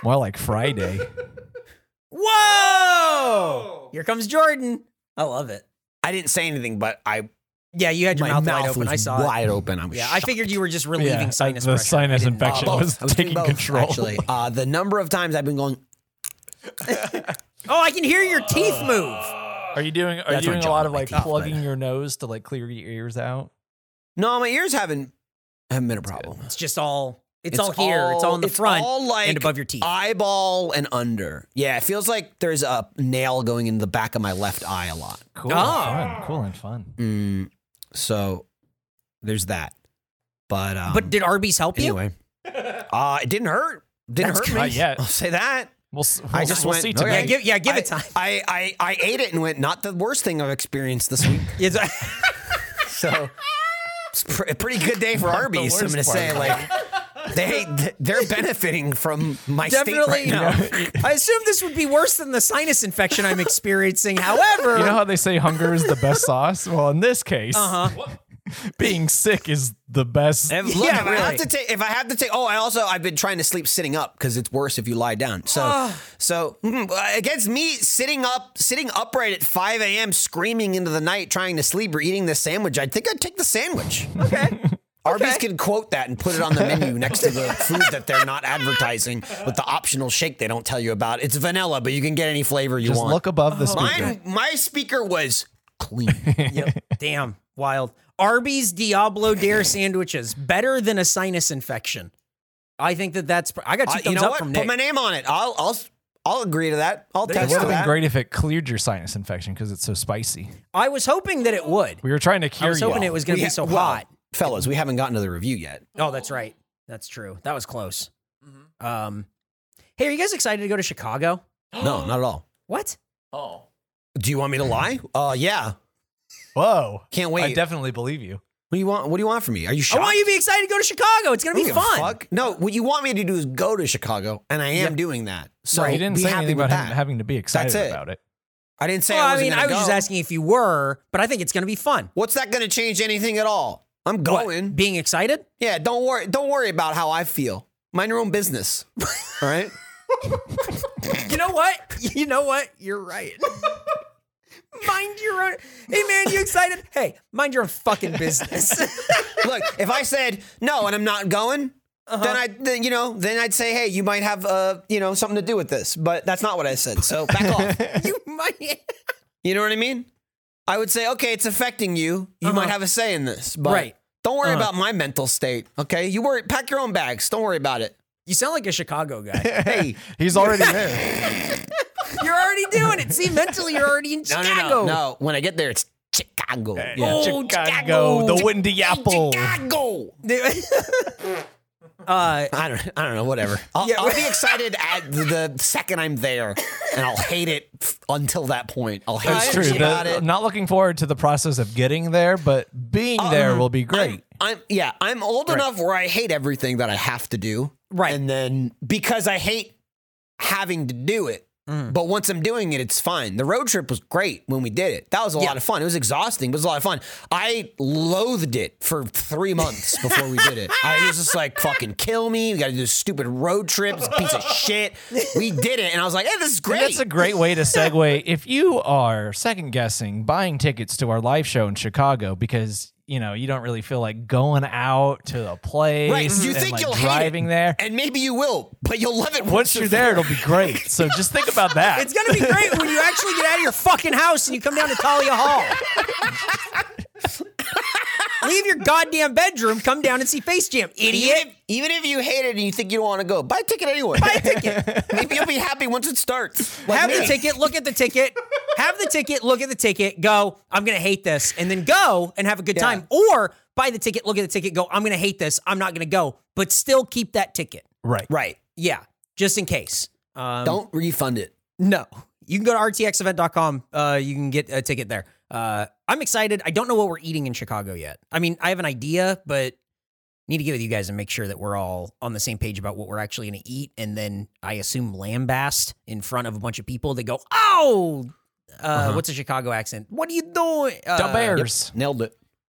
C: More like Friday.
D: Whoa! Here comes Jordan. I love it.
B: I didn't say anything, but I
D: Yeah, you had your
B: my
D: mouth, wide open.
B: was
D: I saw
B: wide open. I
D: it.
B: was
D: Yeah, I
B: shocked.
D: figured you were just relieving
C: Yeah,
D: sinus
C: the
D: pressure.
C: sinus
D: I didn't-
B: Uh,
C: infection.
B: both.
C: was
B: I was doing
C: taking
B: both,
C: control.
B: Actually, uh, the number of times I've been going,
D: Oh, I can hear your teeth
B: Uh,
D: move.
C: Are you doing? Are
B: That's
C: you
B: what
C: doing a
B: John
C: lot of
B: might
C: like
B: think, but-
C: plugging your nose to like clear your ears out?
B: no, my ears haven't haven't been a problem.
D: It's just all. It's, all here. it's all in the
B: it's
D: front
B: all like
D: and above your teeth.
B: eyeball and under. Yeah, it feels like there's a nail going into the back of my left eye a lot.
C: Cool,
D: Oh.
B: Ah.
C: and fun, cool and fun.
B: Mm, so there's that. But um,
D: but did Arby's help you?
B: anyway, uh, it didn't hurt. Didn't
D: That's
B: hurt me.
C: Not yet.
B: I'll say that.
C: We'll, s- we'll,
B: I just
C: we'll
B: went,
C: see
B: okay.
D: Yeah,
C: today.
D: give yeah, give
B: I,
D: it time.
B: I, I, I ate it and went, not the worst thing I've experienced this week.
D: It's-
B: So it's pr- a pretty good day for Arby's. I'm
C: worst
B: going to
C: part.
B: say, like, they, they're benefiting from my state right
D: Definitely.
B: now.
D: I assume this would be worse than the sinus infection I'm experiencing. However,
C: You know how they say hunger is the best sauce? Well, in this case,
D: uh-huh.
C: being sick is the best.
D: Ev- look,
B: Yeah, if I
D: really.
B: have to take, if I have to take, oh, I also I've been trying to sleep sitting up because it's worse if you lie down. So,
D: Ah.
B: so mm, against me sitting up, sitting upright at five a.m. screaming into the night trying to sleep or eating the sandwich, I think I'd take the sandwich.
D: Okay.
B: Arby's can quote that and put it on the menu next to the food that they're not advertising with the optional shake they don't tell you about. It's vanilla, but you can get any flavor you
C: Just
B: want.
C: look above the speaker.
B: Uh-huh. Mine, my speaker was clean. Uh,
D: Yep. Damn. Wild. Arby's Diablo Dare sandwiches better than a sinus infection. I think that that's. I got two
B: I-
D: thumbs
B: you know
D: up
B: what?
D: from
B: Put
D: Nick.
B: my name on it. I'll, I'll, I'll agree to that. I'll
D: There
C: It
D: you
B: text
C: would
B: you
C: have been
B: that.
C: great if it cleared your sinus infection because it's so spicy.
D: I was hoping that it would.
C: We were trying to
D: I
C: cure
D: was
C: you.
D: hoping it was going
B: We
D: to be
B: ha-
D: so
B: well,
D: hot.
B: fellas. We haven't gotten to the review yet.
D: Oh, that's right. That's true. That was close.
B: Mm-hmm.
D: Um, hey, are you guys excited to go to Chicago?
B: No, not at all.
D: What?
E: Oh.
B: Do you want me to lie? Uh, yeah.
C: Whoa.
B: Can't wait.
C: I definitely believe you.
B: what do you want? What do you want from me? Are you
D: I
B: shocked?
D: want you to be excited to go to Chicago. It's going
B: I don't
D: to be
B: give a
D: fun.
B: fuck. No, what you want me to do is go to Chicago, and I am doing that. So
C: you didn't
B: be
C: say
B: happy
C: anything
B: with
C: about him
B: that.
C: having to be excited
B: it.
C: about it.
B: I didn't say
D: Well,
B: I
D: I
B: wasn't
D: mean, I
B: gonna
D: was
B: go.
D: just asking if you were, but I think it's going to be fun.
B: What's that going to change anything at all? I'm
D: What,
B: going.
D: being excited?
B: Yeah, don't worry. Don't worry about how I feel. Mind your own business. All right.
D: You know what? You know what? You're right. mind your own. Hey, man, you excited? Hey, mind your own fucking business.
B: Look, if I said no and I'm not going,
D: Uh-huh.
B: then I, then, you know, then I'd say, hey, you might have, uh, you know, something to do with this. But that's not what I said. So back off.
D: you might.
B: You know what I mean? I would say, okay, it's affecting you. You might have a say in this, but
D: Uh-huh. Right. Uh-huh.
B: don't worry about my mental state. Okay, you worry. Pack your own bags. Don't worry about it.
D: You sound like a Chicago guy.
B: Hey,
C: He's already there.
D: You're already doing it. See, mentally, you're already in
B: no,
D: Chicago.
B: no, no, no. When I get there, it's Chicago.
C: Yeah,
D: Oh, Chicago.
C: Chicago, the Windy Apple.
B: Chicago.
D: uh,
B: I don't, I don't know, whatever. I'll,
D: Yeah.
B: I'll be excited at the, the second I'm there, and I'll hate it f- until that point. I'll hate
C: It's
B: it
C: true. The-
B: about it.
C: Not looking forward to the process of getting there, but being there will be great.
B: I'm, yeah, I'm old enough where I hate everything that I have to do.
D: Right.
B: And then because I hate having to do it,
C: Mm.
B: but once I'm doing it, it's fine. The road trip was great when we did it. That was a lot of fun. It was exhausting, but it was a lot of fun. I loathed it for three months before we did it. I was just like, fucking kill me. We got to do this stupid road trip. It's a piece of shit. We did it. And I was like, hey, this is
C: And
B: great.
C: That's a great way to segue. if you are second guessing buying tickets to our live show in Chicago because you know you don't really feel like going out to the place,
B: Right, you
C: and,
B: think
C: like,
B: you'll hate it.
C: driving there.
B: and maybe you will, but you'll love it
C: Once you're there, it'll be great. So just think about that.
D: It's gonna be great when you actually get out of your fucking house and you come down to Talia Hall. Leave your goddamn bedroom, come down and see Face Jam,
B: Even
D: idiot.
B: if, even if you hate it and you think you don't want to go, buy a ticket anyway.
D: Buy a ticket.
B: Maybe you'll be happy once it starts. Like
D: Have the
B: me.
D: ticket, look at the ticket. Have the ticket, look at the ticket, go, I'm gonna hate this, and then go and have a good
B: Yeah.
D: time. Or buy the ticket, look at the ticket, go, I'm gonna hate this, I'm not gonna go, but still keep that ticket.
C: right.
B: Right.
D: Yeah, just in case. Um,
B: Don't refund it.
D: No. You can go to rtxevent.com. Uh, you can get a ticket there. Uh, I'm excited. I don't know what we're eating in Chicago yet. I mean, I have an idea, but need to get with you guys and make sure that we're all on the same page about what we're actually going to eat. And then I assume lambast in front of a bunch of people that go, oh, uh,
C: Uh-huh.
D: what's a Chicago accent? What are you doing?
C: The
D: Uh,
C: Bears.
B: Nailed it.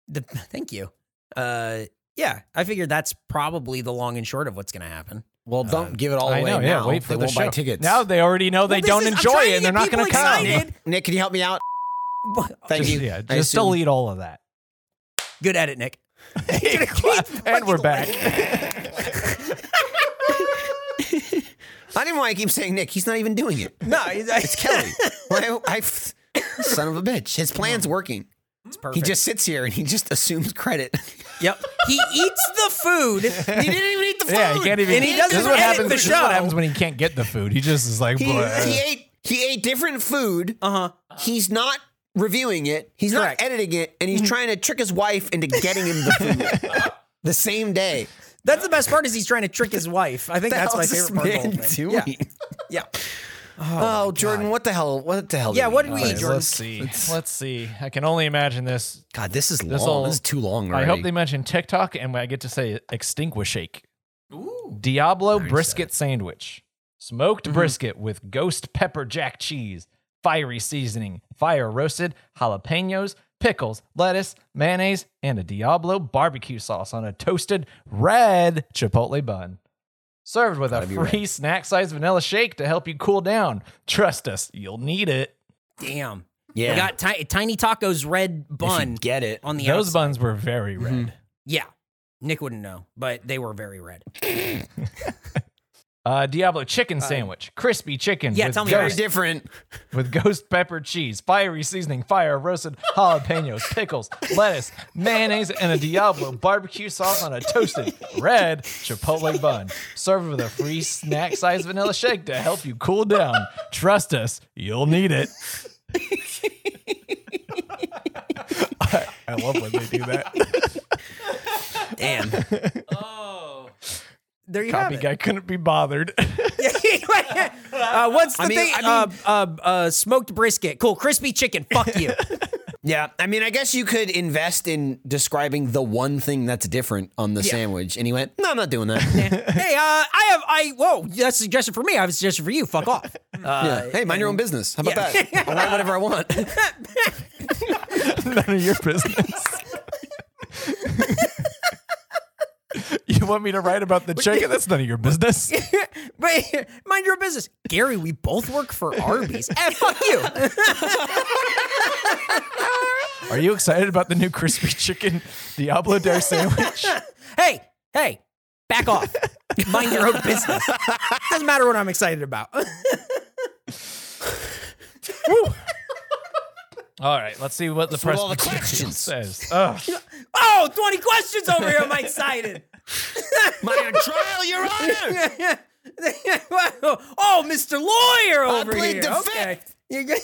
D: the- thank you. Uh, yeah, I figured that's probably the long and short of what's going to happen.
B: Well, don't give it all
C: Uh, I
B: away
C: know.
B: now.
C: Yeah. Wait for
B: they
C: the
B: won't
C: show.
B: buy tickets.
C: Now they already know they
D: this
C: don't
D: is- I'm
C: enjoy
D: trying
C: it and
D: to
C: they're
D: get
C: not going to
D: people
C: come.
D: excited.
B: Nick, can you help me out? Thank
C: Just,
B: you.
C: yeah.
B: I
C: Just
B: assume-
C: delete all of that.
D: Good edit, Nick.
C: and we're back.
B: I didn't want to keep saying Nick. He's not even doing it.
D: No, it's
B: It's Kelly. Why? I, son of a bitch. His plan's working.
D: It's perfect.
B: He just sits here and he just assumes credit.
D: Yep. He eats the food.
B: he didn't even eat the food.
C: Yeah, he can't even.
D: And he
C: this
D: doesn't
C: is what
D: edit
C: happens.
D: the
C: This is what
D: show.
C: happens when he can't get the food. He just is like,
B: He,
C: "Bleh."
B: he ate. He ate different food.
D: Uh huh.
B: He's not reviewing it. He's
D: Correct. Mm-hmm.
B: not editing it, and he's trying to trick his wife into getting him the food the same day. Oh,
D: That's the best part is he's trying to trick his wife. I think that's my
B: How's this
D: favorite part. Of the whole
B: man
D: thing.
B: doing?
D: Yeah. Yeah.
B: Oh, Jordan, what the hell? What the hell?
D: Yeah,
B: did
D: what did we
B: buy?
D: eat,
C: Guys,
D: Jordan?
C: Let's see. Let's see. I can only imagine this.
B: God, this is long.
C: all-
B: this is too long. Already.
C: I hope they mention TikTok and I get to say extinguish shake. Diablo brisket sandwich. Smoked
B: Mm-hmm.
C: brisket with ghost pepper jack cheese, fiery seasoning, fire roasted jalapenos, pickles, lettuce, mayonnaise, and a Diablo barbecue sauce on a toasted red chipotle bun. Served with a free snack sized vanilla shake to help you cool down. Trust us, you'll need it.
D: Damn.
B: Yeah.
D: We got ti- Tiny Taco's red
B: If you
D: bun
B: get it.
D: on the
C: Those
D: outs-
C: buns were very red.
D: Yeah. Nick wouldn't know, but they were very red.
C: Uh, Diablo chicken sandwich, crispy chicken
D: yeah,
C: with,
D: tell me
B: Very
C: ghost,
D: Yes.
B: different.
C: with ghost pepper cheese, fiery seasoning, fire roasted jalapenos, pickles, lettuce, mayonnaise, and a Diablo barbecue sauce on a toasted red chipotle bun. Served with a free snack sized vanilla shake to help you cool down. Trust us, you'll need it. I, I love when they do that.
D: Damn. oh. There you
C: Copy
D: have
C: guy couldn't be bothered.
D: it. uh, what's the
B: I mean-
D: thing?
B: I
D: uh, uh, uh, smoked brisket. Cool. Crispy chicken. Fuck you.
B: Yeah. I mean, I guess you could invest in describing the one thing that's different on the sandwich. And he went, no, I'm not doing that. yeah.
D: hey, uh, I have, I, whoa, that's a suggestion for me. I have a suggestion for you. Fuck off. Uh,
B: Hey, mind your own business. How about
D: yeah.
B: that? I want whatever I want.
C: None of your business. you want me to write about the chicken? That's none of your business.
D: But mind your business. Gary, we both work for Arby's. Eh, fuck you.
C: Are you excited about the new crispy chicken Diablo Dare sandwich?
D: hey, hey, back off. Mind your own business. Doesn't matter what I'm excited about.
C: All right, let's see what the press
B: all the questions.
C: says. Ugh.
D: oh, 20 questions over here. I'm excited.
B: My trial, Your Honor.
D: oh, Mr. Lawyer over
B: plead
D: here.
B: the
D: okay. You g-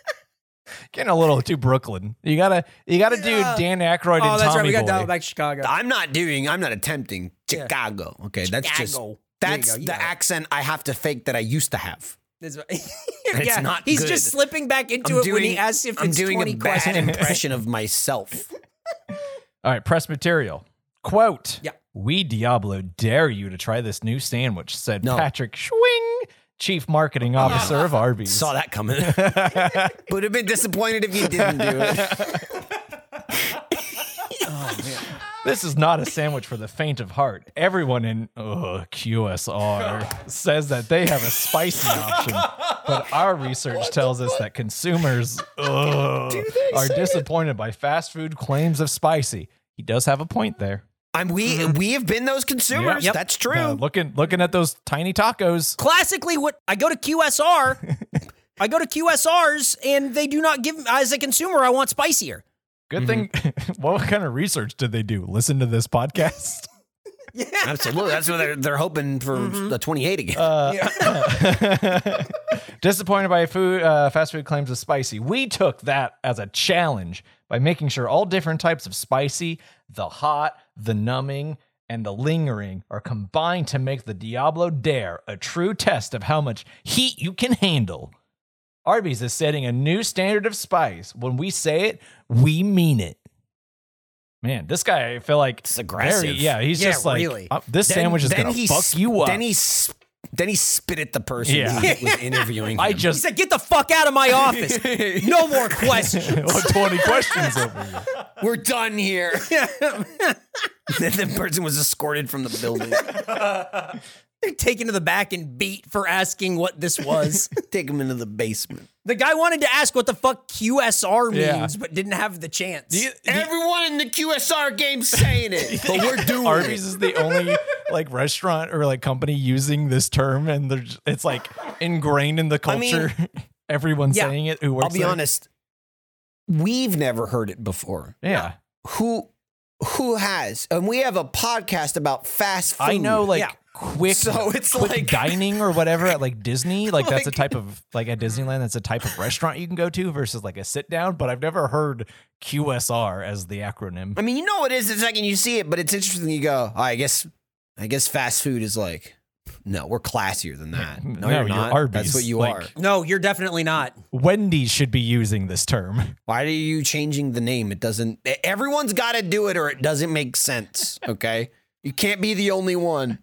C: Getting a little too Brooklyn. You gotta, you gotta do Dan Aykroyd and
D: oh, that's
C: Tommy
D: right. We got
C: Boy.
D: dialed back Chicago.
B: I'm not doing, I'm not attempting Chicago. Okay. That's just,
D: Chicago. There you
B: that's
D: go, you
B: the
D: got it.
B: accent I have to fake that I used to have.
D: That's right.
B: It's
D: yeah,
B: not
D: he's
B: good.
D: just slipping back into it when he asks if
B: I'm
D: it's
B: doing
D: 20
B: a bad
D: questions.
B: impression of myself.
C: All right, press material. Quote.
D: Yeah.
C: We Diablo dare you to try this new sandwich," said
B: No.
C: Patrick Schwing, chief marketing officer of Arby's.
B: Saw that coming. Would have been disappointed if you didn't do it.
C: This is not a sandwich for the faint of heart. Everyone in oh, ugh, QSR says that they have a spicy option, but our research tells us that consumers ugh, are disappointed by fast food claims of spicy. He does have a point there.
B: I'm, we
D: Mm-hmm.
B: we have been those consumers.
C: Yep.
B: That's true.
C: Uh, looking looking at those tiny tacos.
D: classically what I go to QSR, I go to QSRs and they do not give as a consumer I want spicier.
C: Good thing. what kind of research did they do? Listen to this podcast.
B: Absolutely. That's what they're, they're hoping for the 28 again.
C: Uh, Disappointed by food, uh, fast food claims of spicy. We took that as a challenge by making sure all different types of spicy, the hot, the numbing, and the lingering are combined to make the Diablo Dare a true test of how much heat you can handle. Arby's is setting a new standard of spice. When we say it, we mean it. Man, this guy, I feel like it's
B: aggressive.
C: yeah, he's
D: Yeah,
C: just like
D: really.
C: "Uh, this sandwich is gonna fuck
B: s-
C: you up.
B: Then he, s- then he spit at the person
C: Yeah.
B: who was interviewing him.
C: I
D: He
C: just
D: said, "Get the fuck out of my office. No more questions."
C: Well, 20 questions over here.
B: We're done here. then the person was escorted from the building.
D: They're taken to the back and beat for asking what this was.
B: Take him into the basement.
D: the guy wanted to ask what the fuck QSR means,
C: Yeah.
D: but didn't have the chance.
B: Everyone in the QSR game saying it, but we're doing
C: Arby's is the only like restaurant or like company using this term, and they're, j- it's like ingrained in the
B: mean-
C: culture. Everyone's
D: Yeah.
C: saying it who works
B: I'll be
C: there.
B: honest. We've never heard it before.
C: Yeah.
B: Who who has? And we have a podcast about fast food.
C: I know like
D: Yeah.
C: quick,
B: So it's
C: quick
B: like-
C: dining or whatever at like Disney. Like, that's a
B: Like-
C: type of, like at Disneyland, that's a type of restaurant you can go to versus like a sit down. But I've never heard QSR as the acronym.
B: I mean, you know it is the second you see it, but it's interesting. You go, "Oh, I guess, I guess fast food is like, no, we're classier than that. No,
C: No,
B: you're
C: you're
B: not. That's
C: Arby's,
B: what you
C: like-
B: are.
D: No, you're definitely not.
C: Wendy's should be using this term.
B: Why are you changing the name? It doesn't. Everyone's got to do it, or it doesn't make sense. Okay, you can't be the only one.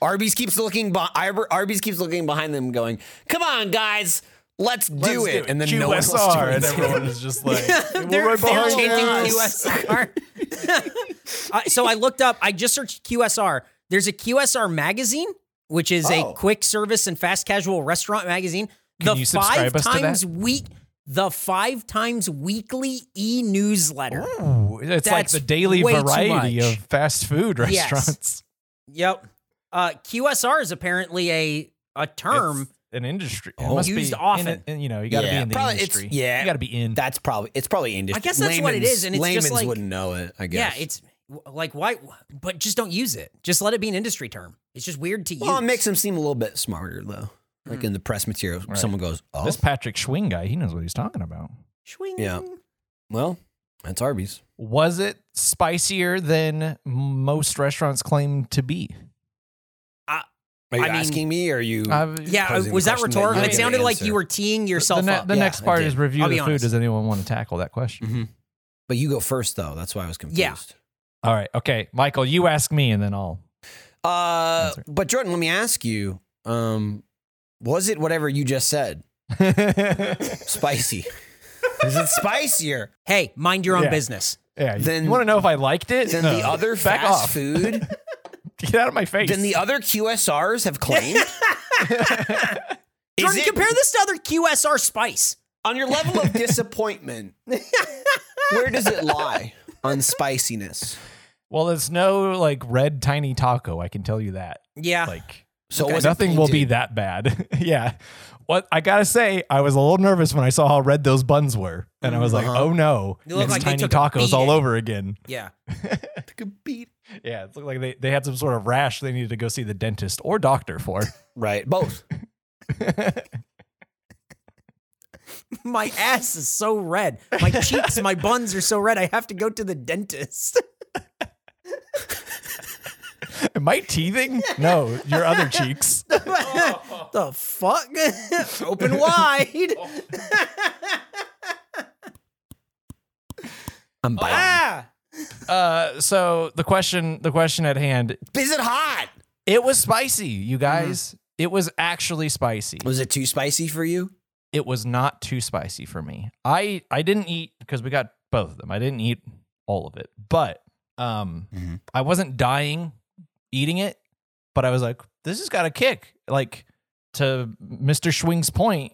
B: Arby's keeps looking. Be- Arby's keeps looking behind them, going, "Come on, guys, Let's do
C: Let's
B: it. And then
C: QSR,
B: no one else
C: and
B: joins it.
C: everyone is just like, "We're
D: they're,
C: right
D: they're
C: behind
D: changing
C: you."
D: QSR. I- so I looked up, I just searched QSR. There's a QSR magazine, which is
B: Oh.
D: a quick service and fast casual restaurant magazine. the
C: you
D: five
C: subscribe us to that?
D: times week the five times weekly e newsletter.
C: Ooh, it's like
D: That's
C: the daily
D: way too
C: variety
D: much.
C: of fast food
D: Yes.
C: restaurants.
D: Yep. Uh, QSR is apparently a a term.
C: It's an industry. It
B: Oh.
C: must
D: Used
C: be
D: often.
C: In it- and, you know, you got to
B: Yeah.
C: be in the
B: Probably it's-
C: industry.
B: yeah.
C: you got to be in.
B: That's probably it's probably industry.
D: I guess that's what it is, and it's
B: layman's
D: just like-
B: wouldn't know it. I
D: yeah,
B: guess.
D: it's like why, but just don't use it. Just let it be an industry term. It's just weird to
B: well, it
D: use.
B: makes them seem a little bit smarter though. Like
D: Hmm.
B: in the press material, someone goes, "Oh,
C: This Patrick Schwing guy, he knows what he's talking about.
D: Schwing.
B: Yeah. well, that's Arby's."
C: Was it spicier than most restaurants claim to be?
B: Are you
D: I mean-
B: asking me? Or are you?
C: I've-
D: Yeah,
B: Posing the
D: was that
B: question that
D: rhetorical?
C: you
D: It
C: didn't
D: sounded like
B: answer.
D: you were teeing yourself
C: the ne-
D: up.
C: the
B: Yeah,
C: next
B: I
C: part
B: did.
C: is review
D: I'll
C: the
D: be
C: food.
D: honest.
C: Does anyone want to tackle that question?
B: Mhm. But you go first though. That's why I was confused.
D: Yeah.
C: All right. Okay. Michael, you ask me and then I'll.
B: Uh,
C: Answer.
B: but Jordan, let me ask you: um, Was it whatever you just said?
C: yeah.
B: Spicy? is it spicier
D: Hey, mind your own
C: Yeah.
D: business.
C: You,
B: Then-
C: you want to know if I liked it?
B: than
C: No.
B: the other
C: Back
B: fast
C: off.
B: food?
C: Get out of my face.
B: than the other QSRs have claimed? Is
D: Jordan,
B: it-
D: compare this to other QSR spice.
B: on your level of disappointment, where does it lie on spiciness?
C: well, it's no like red tiny taco. I can tell you that.
D: Yeah.
C: Like
B: So was it
C: nothing will be
B: painted?
C: that bad. yeah. What I gotta say, I was a little nervous when I saw how red those buns were, and I was like,
B: Uh-huh.
C: "Oh no,
D: They look
C: it's
D: like they
C: tiny
D: took a
C: tacos all
D: beating.
C: over again."
D: yeah.
C: Yeah, it looked like they, they had some sort of rash they needed to go see the dentist or doctor for.
B: right. Both.
D: My ass is so red. My cheeks, my buns are so red. I have to go to the dentist.
C: Am I teething? No, your other cheeks. Oh.
D: the fuck? Open wide.
B: I'm biting.
D: ah.
C: Uh, so the question, the question at hand,
B: Is it hot?
C: it was spicy, you
D: Mm-hmm.
C: guys. It was actually spicy.
B: Was it too spicy for you?
C: It was not too spicy for me. I I didn't eat because we got both of them. I didn't eat all of it, but um,
B: Mhm.
C: I wasn't dying eating it. But I was like, this has got a kick. Like to Mr. Schwing's point,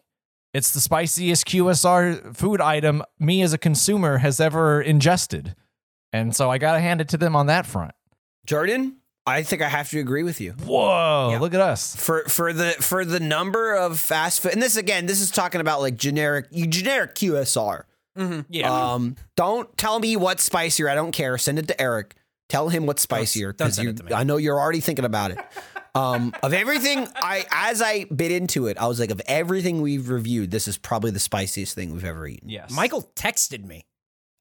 C: it's the spiciest QSR food item me as a consumer has ever ingested, and so I gotta hand it to them on that front.
B: Jordan, I think I have to agree with you.
C: Whoa,
D: Yeah.
C: look at us.
B: For for the for the number of fast food and this again, this is talking about like generic you generic QSR.
D: Mhm.
B: Um don't tell me what's spicier. I don't care. Send it to Eric. Tell him what's spicier.
D: don't
B: 'cause
D: send
B: you-
D: it to me.
B: I know you're already thinking about it. Um, of everything I as I bit into it, I was like, of everything we've reviewed, this is probably the spiciest thing we've ever eaten.
C: Yes.
D: Michael texted me.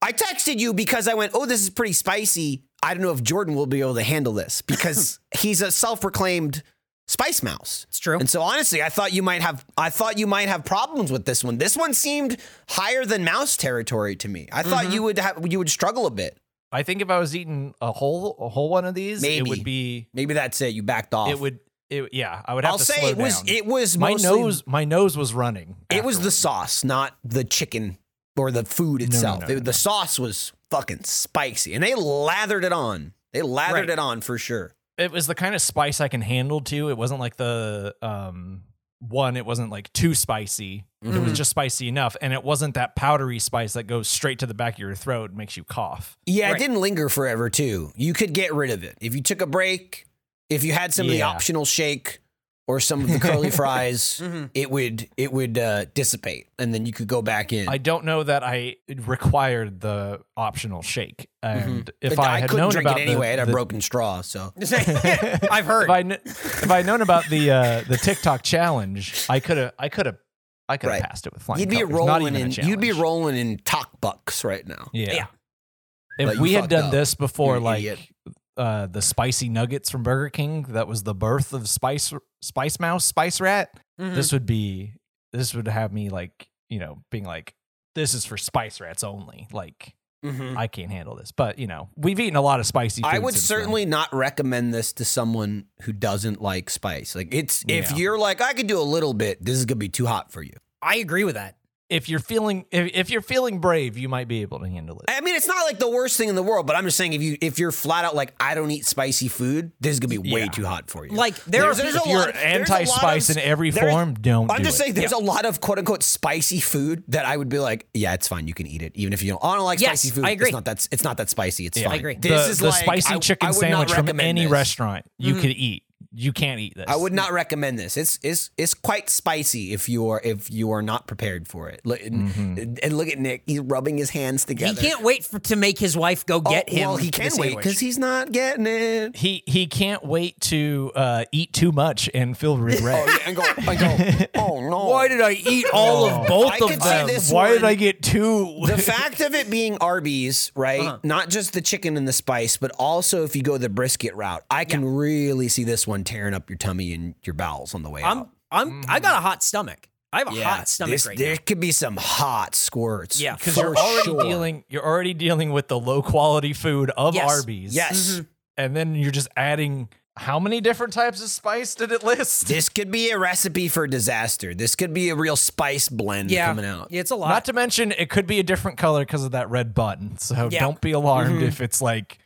B: I texted you because I went, oh, this is pretty spicy. I don't know if Jordan will be able to handle this because he's a self-proclaimed spice mouse.
D: It's true.
B: And so honestly, I thought you might have I thought you might have problems with this one. This one seemed higher than mouse territory to me. I
C: Mm-hmm.
B: thought you would have you would struggle a bit.
C: I think if I was eating a whole a whole one of these, it
B: Maybe.
C: would be
B: Maybe that's it. You backed off.
C: it would it, yeah, I would have
B: I'll
C: to
B: say
C: slow
B: it was
C: down.
B: it was
C: my
B: mostly-
C: nose my nose was running.
B: It was the sauce, not the chicken or the food itself.
C: no, no,
B: It- the sauce was fucking spicy, and they lathered it on. They lathered
D: Right.
B: it on for sure.
C: it was the kind of spice I can handle too. It wasn't like the um one, it wasn't like too spicy. It
B: Mm-hmm.
C: was just spicy enough. And it wasn't that powdery spice that goes straight to the back of your throat and makes you cough.
B: Yeah, it
D: Right.
B: didn't linger forever too. You could get rid of it if you took a break. If you had some of the
C: Yeah.
B: optional shake or some of the curly fries,
D: Mhm.
B: it would it would uh, dissipate, and then you could go back in.
C: I don't know that I required the optional shake. And if
B: Mm-hmm. But
C: I, had
B: couldn't
C: known
B: drink
C: about
B: it
C: the-
B: anyway, I had a
C: the-
B: broken straw. So
D: I've heard.
C: if I kn- if I'd known about the uh, the TikTok challenge, I could have I could have I could have
B: Right.
C: passed it with flying
B: you'd be
C: colors. Not
B: rolling
C: even a
B: in you'd be
C: challenge.
B: rolling in talk bucks right now.
C: Yeah.
D: Yeah.
B: But
C: If
B: you
C: we had
B: fucked
C: done
B: up.
C: this before,
B: You're an
C: like
B: idiot.
C: uh, the spicy nuggets from Burger King, that was the birth of Spice Spice Mouse Spice Rat.
B: Mm-hmm.
D: Mhm.
C: This would be this would have me like you know being like this is for Spice Rats only. Like I can't handle this, but you know we've eaten a lot of spicy.
B: Mm. I
C: food
B: would
C: since then.
B: certainly not recommend this to someone who doesn't like spice. Like it's if
C: Yeah.
B: you're like I could do a little bit, this is gonna be too hot for you.
D: I agree with that.
C: If you're feeling if, if you're feeling brave, you might be able to handle it.
B: I mean, it's not like the worst thing in the world, but I'm just saying if you if you're flat out like I don't eat spicy food, this is gonna be way
C: Yeah.
B: too hot for you.
D: Like there
B: There's-
D: are
B: there's
D: people-
B: a
C: If you're
B: lot of- there's a lot of-
C: anti-spice in every
B: there's-
C: form, don't.
B: I'm
C: do
B: just
C: it.
B: saying there's a lot of quote unquote spicy food that I would be like, yeah, it's fine, you can eat it, even if you don't. I don't like
D: Yes,
B: spicy food.
D: I agree.
B: It's not that it's not that spicy. It's fine.
D: I agree.
B: This
C: the,
B: is
C: the
B: like,
C: spicy
B: I-
C: chicken
B: I would not
C: sandwich from
B: recommend
C: any
B: this. Mm-hmm.
C: restaurant you could eat. You can't eat this.
B: I would not recommend this. It's it's it's quite spicy if you are if you are not prepared for it. Look, and- And look at Nick; he's rubbing his hands together.
D: Mm-hmm. he can't wait for, to make his wife go
B: Oh,
D: get him.
B: Well, he can
D: the
B: wait
D: sandwich.
B: because he's not getting it.
C: He he can't wait to uh, eat too much and
B: Oh,
C: feel regret.
B: and go, I go, oh no.
D: Why did I eat all of both
B: I
D: of
B: could say
D: them?
B: this
C: Why did
B: one-
C: I get two?
B: the fact of it being Arby's, right?
D: Uh-huh.
B: Not just the chicken and the spice, but also if you go the brisket route, I can really see this one tearing up your tummy and your bowels on the way
D: I'm
B: out.
D: I'm I got a hot stomach. I have a hot stomach
B: this,
D: right
B: there
D: now.
B: could be some hot squirts.
D: Yeah,
C: because
B: for
C: you're already
B: sure.
C: dealing you're already dealing with the low quality food of
D: Yes.
C: Arby's.
B: Yes.
C: And then you're just adding how many different types of spice did it list?
B: This could be a recipe for disaster. This could be a real spice blend
D: Yeah,
B: coming out.
D: It's a lot.
C: Not to mention it could be a different color because of that red button. So
D: Yeah.
C: don't be alarmed if it's like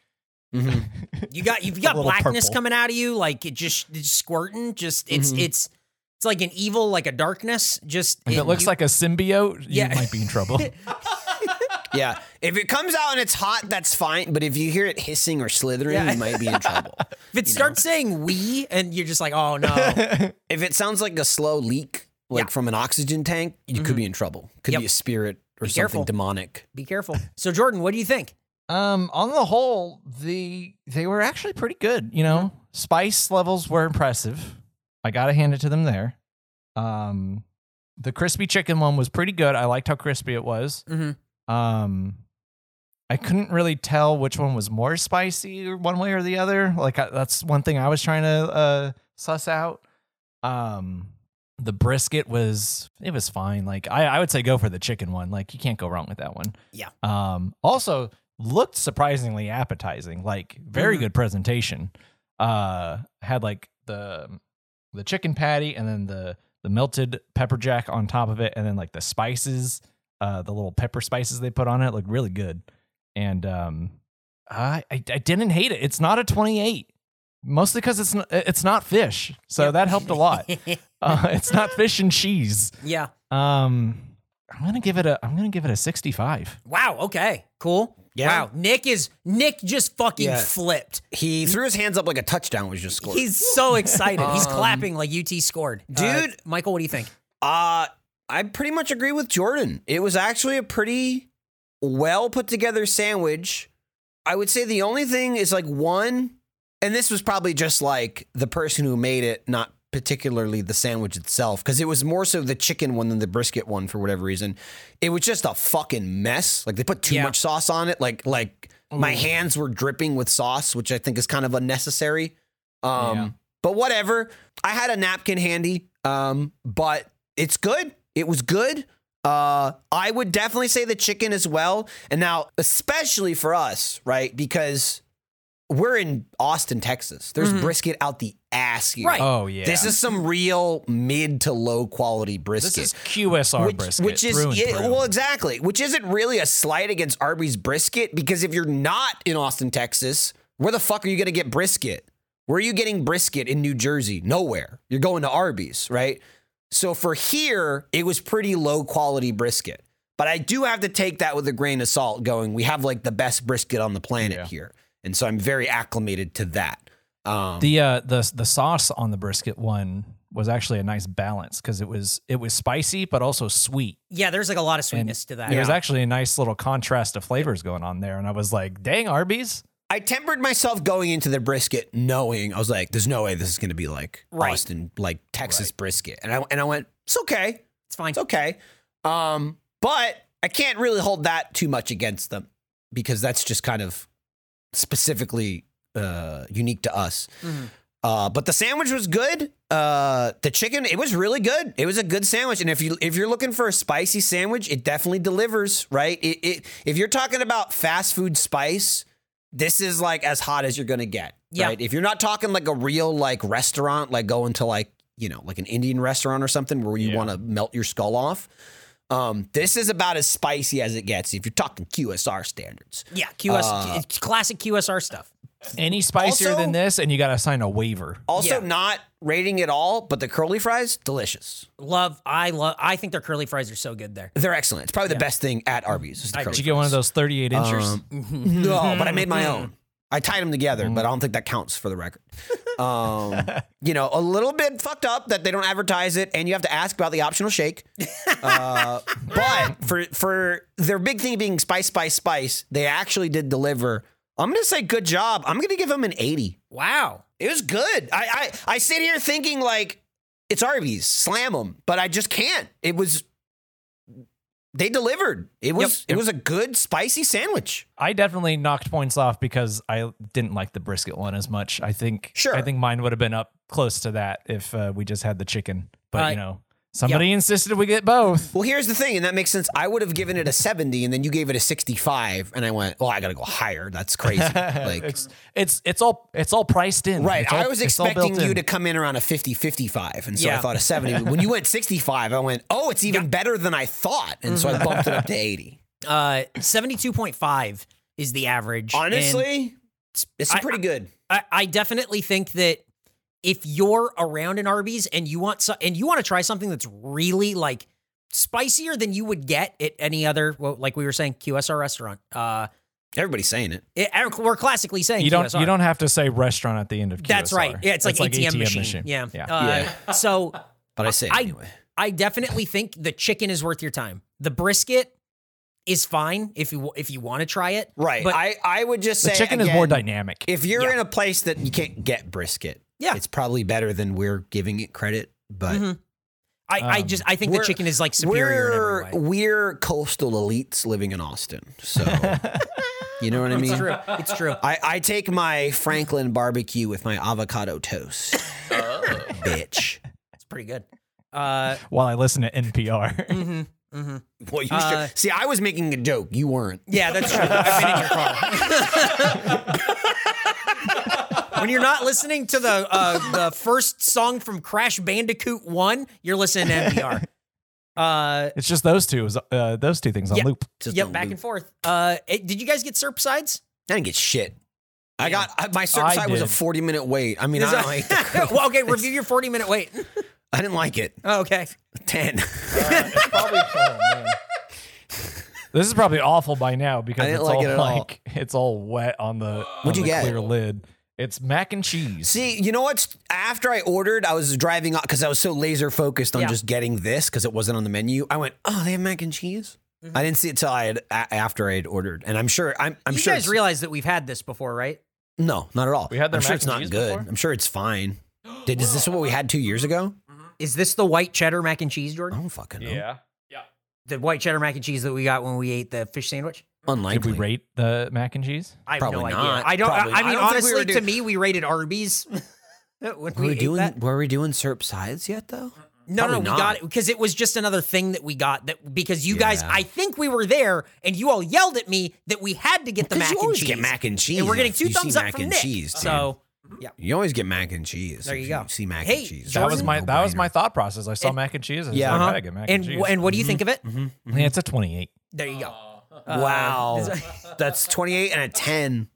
D: you got you've got
C: little
D: blackness
C: purple.
D: coming out of you, like it just, it's squirting. Just it's
B: Mhm.
D: it's it's like an evil, like a darkness. Just
C: if it looks
D: you-
C: like a symbiote,
D: Yeah.
C: you might be in trouble.
B: Yeah. If it comes out and it's hot, that's fine. But if you hear it hissing or slithering,
D: Yeah.
B: you might be in trouble.
D: if it starts saying we and you're just like, oh no,
B: if it sounds like a slow leak, like
D: Yeah. Mm-hmm.
B: from an oxygen tank, you could be in trouble. Could
D: Yep.
B: be a spirit or something
D: careful.
B: demonic.
D: be careful. So Jordan, what do you think?
C: Um, on the whole, the they were actually pretty good. You know,
D: Mm-hmm.
C: spice levels were impressive. I gotta hand it to them there. Um, the crispy chicken one was pretty good. I liked how crispy it was.
D: Mhm.
C: Um, I couldn't really tell which one was more spicy, or one way or the other. Like I, that's one thing I was trying to uh, suss out. Um, the brisket was it was fine. Like I, I would say go for the chicken one. Like you can't go wrong with that one.
D: Yeah.
C: Um, also looked surprisingly appetizing. Like very
D: Mhm.
C: good presentation. Uh, had like the the chicken patty and then the the melted pepper jack on top of it, and then like the spices, uh, the little pepper spices they put on it looked really good. And um, I I, I didn't hate it. It's not a twenty eight. Mostly because it's not, it's not fish, so that helped a lot. Uh, it's not fish and cheese.
D: yeah.
C: Um, I'm gonna give it a. I'm gonna give it a 65.
D: Wow. Okay. Cool.
B: Yeah.
D: Wow. Nick is Nick just fucking
B: Yeah.
D: flipped.
B: He threw his hands up like a touchdown was just scored.
D: He's so excited. He's clapping like UT scored. Uh,
B: Dude.
D: Michael, what do you think?
B: Uh, I pretty much agree with Jordan. It was actually a pretty well put together sandwich. I would say the only thing is like one, and this was probably just like the person who made it, not particularly the sandwich itself, because it was more so the chicken one than the brisket one for whatever reason. It was just a fucking mess. Like they put too
D: Yeah.
B: much sauce on it. Like like my hands were dripping with sauce, which I think is kind of unnecessary. Um,
C: Yeah.
B: but whatever. I had a napkin handy. Um, but it's good. It was good. Uh, I would definitely say the chicken as well. And now, especially for us, right? Because we're in Austin, Texas.
C: Mm-hmm.
B: There's brisket out the ass here.
D: Right.
C: Oh yeah.
B: This is some real mid to low quality brisket
C: this is QSR
B: which,
C: brisket.
B: which is
C: through and
B: yeah,
C: through.
B: well, exactly. Which isn't really a slight against Arby's brisket because if you're not in Austin, Texas, where the fuck are you gonna get brisket? Where are you getting brisket in New Jersey? Nowhere. You're going to Arby's, right? So for here, it was pretty low quality brisket. But I do have to take that with a grain of salt. Going, we have like the best brisket on the planet
C: Yeah.
B: here, and so I'm very acclimated to that. Um,
C: the uh the the sauce on the brisket one was actually a nice balance because it was it was spicy but also sweet.
D: Yeah, there's like a lot of sweetness to that.
C: There was actually a nice little contrast of flavors going on there, and I was like, "Dang, Arby's."
B: I tempered myself going into the brisket, knowing I was like, "There's no way this is going to be like
D: Right.
B: Austin, like Texas brisket." And I and I went, "It's okay,
D: It's fine.
B: it's okay," um, but I can't really hold that too much against them because that's just kind of specifically uh, unique to us.
D: Mhm.
B: Uh, but the sandwich was good. Uh, the chicken, it was really good. It was a good sandwich. And if you if you're looking for a spicy sandwich, it definitely delivers, right? It, it if you're talking about fast food spice, this is like as hot as you're gonna get.
D: Yeah.
B: Right. If you're not talking like a real like restaurant, like going to like you know, like an Indian restaurant or something where you
C: Yeah.
B: want to melt your skull off. Um, this is about as spicy as it gets if you're talking QSR standards.
D: Yeah, QS it's classic QSR stuff.
C: Any spicier
B: Also-
C: than this, and you got to sign a waiver.
B: Also,
D: Yeah.
B: not rating at all, but the curly fries, delicious.
D: Love, I love. I think their curly fries are so good there.
B: They're excellent. It's probably the best thing at Arby's. Is the
D: I
B: curly
C: Did you get one of those 38 inchers?
B: fries. No, but I made my own. I tied them together, but I don't think that counts for the record. Um, you know, a little bit fucked up that they don't advertise it, and you have to ask about the optional shake. Uh, but for for their big thing being spice, spice, spice, they actually did deliver. I'm gonna say good job. I'm gonna give them an 80.
D: Wow.
B: It was good. I I, I sit here thinking like it's Arby's, slam them, but I just can't. It was they delivered. It was it was a good spicy sandwich.
C: I definitely knocked points off because I didn't like the brisket one as much. I think
B: Sure.
C: I think mine would have been up close to that if uh, we just had the chicken. But
D: Uh,
C: you know, somebody insisted we get both.
B: Well, here's the thing, and that makes sense. I would have given it a 70, and then you gave it a 65, and I went, "Well, I gotta go higher. That's crazy." Like,
C: it's it's it's all it's all priced in.
B: right?
C: It's all-
B: I was
C: it's all built
B: expecting you
C: in.
B: to come in around a 50, 55, and so I
D: Yeah.
B: thought a 70. when you went 65, I went, "Oh, it's even better than I thought," and so
C: Mm-hmm.
B: I bumped it up to 80.
D: Uh, seventy-two point five is the average. and
B: Honestly, it's, it's
D: I-
B: pretty good.
D: I, I definitely think that if you're around an Arby's and you want so, and you want to try something that's really like spicier than you would get at any other, well, like we were saying, QSR restaurant. Uh,
B: Everybody's saying it.
D: it, and we're classically saying
C: You don't
D: QSR.
C: you don't have to say restaurant at the end of QSR.
D: That's right. Yeah, it's like,
C: That's
D: ATM, machine. Yeah.
C: yeah.
D: Uh, So
B: But I say it
D: I-
B: anyway.
D: I definitely think the chicken is worth your time. The brisket is fine if you if you want to try it.
B: Right.
D: But
B: I, I would just
C: the
B: say
C: chicken is
B: again,
C: more dynamic.
B: If you're
D: Yeah.
B: in a place that you can't get brisket,
D: Yeah.
B: it's probably better than we're giving it credit. But
D: Mhm. I, I
C: Um,
D: just I think the
B: we're-
D: chicken is like superior in
B: we're
D: every way.
B: we're coastal elites living in Austin, so you know what I
D: It's
B: mean.
D: true. It's true.
B: I, I take my Franklin barbecue with my avocado toast,
D: Oh.
B: bitch.
D: It's pretty good. Uh,
C: While I listen to NPR,
B: Mm.
D: mhm, mhm.
B: Well, you
D: Uh,
B: should see. I was making a joke. You weren't.
D: Yeah, that's true. I've been in your car. when you're not listening to the uh, the first song from Crash Bandicoot One, you're listening to NPR. Uh,
C: it's just those two is uh, those two things on
D: Yeah.
C: loop.
B: Just
D: yep,
B: don't
D: back
B: loop.
D: and forth. Uh, it- did you guys get Serp sides?
B: I didn't get shit. I got I, my
C: I
B: search site was a
C: did.
B: forty minute wait. I mean, I, don't like the,
D: well, okay, review your 40 minute wait.
B: I didn't like it.
D: Oh, okay.
B: Ten.
C: This is probably awful by now because
B: I
C: it's
B: didn't like
C: all
B: it at all.
C: like it's all wet on the, on
B: What'd you
C: the
B: get?
C: clear lid. It's mac and cheese.
B: See, you know what? After I ordered, I was driving because I was so laser focused on
D: Yeah.
B: just getting this because it wasn't on the menu. I went, "Oh, they have mac and cheese."
D: Mm-hmm.
B: I didn't see it till I had a- after I had ordered, and I'm sure I'm, I'm
D: you
B: sure
D: guys
B: it's-
D: realize that we've had this before, right?
B: no, not at all.
C: We had their
B: I'm sure
C: mac
B: it's
C: and
B: not
C: cheese
B: good.
C: before?
B: I'm sure it's fine. Did is this what we had two years ago?
D: Is this the white cheddar mac and cheese,
B: I
D: Jordan?
B: don't fucking know.
D: The white cheddar mac and cheese that we got when we ate the fish sandwich?
C: Did
B: Unlikely.
C: we rate the mac and cheese?
D: I have
B: Probably
D: no idea.
B: not.
D: I don't. I-
B: Probably.
D: I,
B: I
D: mean,
B: don't think we
D: honestly,
B: were do-
D: to me, we rated Arby's. when
B: were we
D: ate
B: doing
D: that.
B: were we doing syrup sides yet though?
D: No, no,
B: Probably
D: we
B: not.
D: got it because it was just another thing that we got that because you guys,
B: Yeah.
D: I think we were there and you all yelled at me that we had to get the
B: Because
D: mac
B: you
D: and
B: always
D: cheese.
B: get mac and cheese.
D: and we're getting
B: if
D: two
B: you see
D: thumbs up
B: mac
D: from
B: and
D: Nick.
B: cheese. dude.
D: so uh-huh.
B: you always get mac and cheese.
D: There
B: if
D: you go.
B: See mac
D: Hey,
B: and cheese.
C: That was
D: Jordan?
C: my that was
B: No-brainer.
C: my thought process. I saw mac and cheese. And
B: yeah.
C: yeah, I
D: Uh-huh.
C: gotta get mac and,
D: and
C: cheese.
D: and what do
B: Mm-hmm.
D: you think of it?
C: yeah, it's a twenty eight.
D: There you go.
B: Wow. That's 28 and a 10.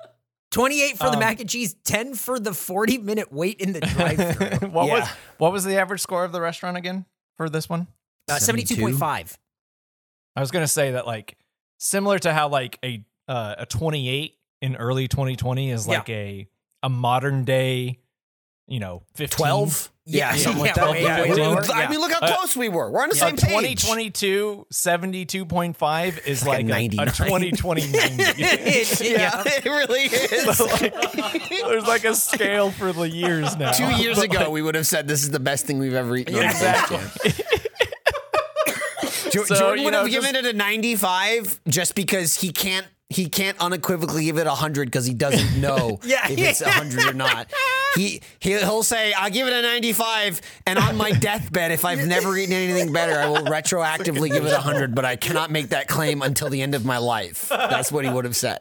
D: 28 for
B: Um,
D: the mac and cheese, 10 for the 40 minute wait in the drive through.
C: what was
B: Yeah.
C: what was the average score of the restaurant again for this one?
D: Uh, 72.5.
C: I was gonna say that like similar to how like a uh, a 28 in early 2020 is
D: Yeah.
C: like a a modern day, you know, 15.
B: 12? Yeah,
D: Yeah,
B: something like
D: yeah,
B: that.
D: way,
C: way
B: We- Uh,
C: lower.
B: we- I mean, look how
C: Yeah.
B: close we were. We're on the
C: A
B: same page.
C: 2022 72.5 is
B: Like a
C: like, a, a
B: 99.
C: 2020 90.
B: Yeah, it really is.
C: There's like a scale for the years now.
D: Oh,
B: Two years ago, we would have said this is the best thing we've ever eaten. on a
C: Exactly.
B: plate. Jo-
C: So,
B: Jordan
C: you
B: would
C: know,
B: have given it a 95 just because he can't he can't unequivocally give it 100 because he doesn't know
D: Yeah,
B: if it's 100 or not. He he'll, he'll say I'll give it a 95 and on my deathbed if I've never eaten anything better I will retroactively give it 100 but I cannot make that claim until the end of my life. That's what he would have said.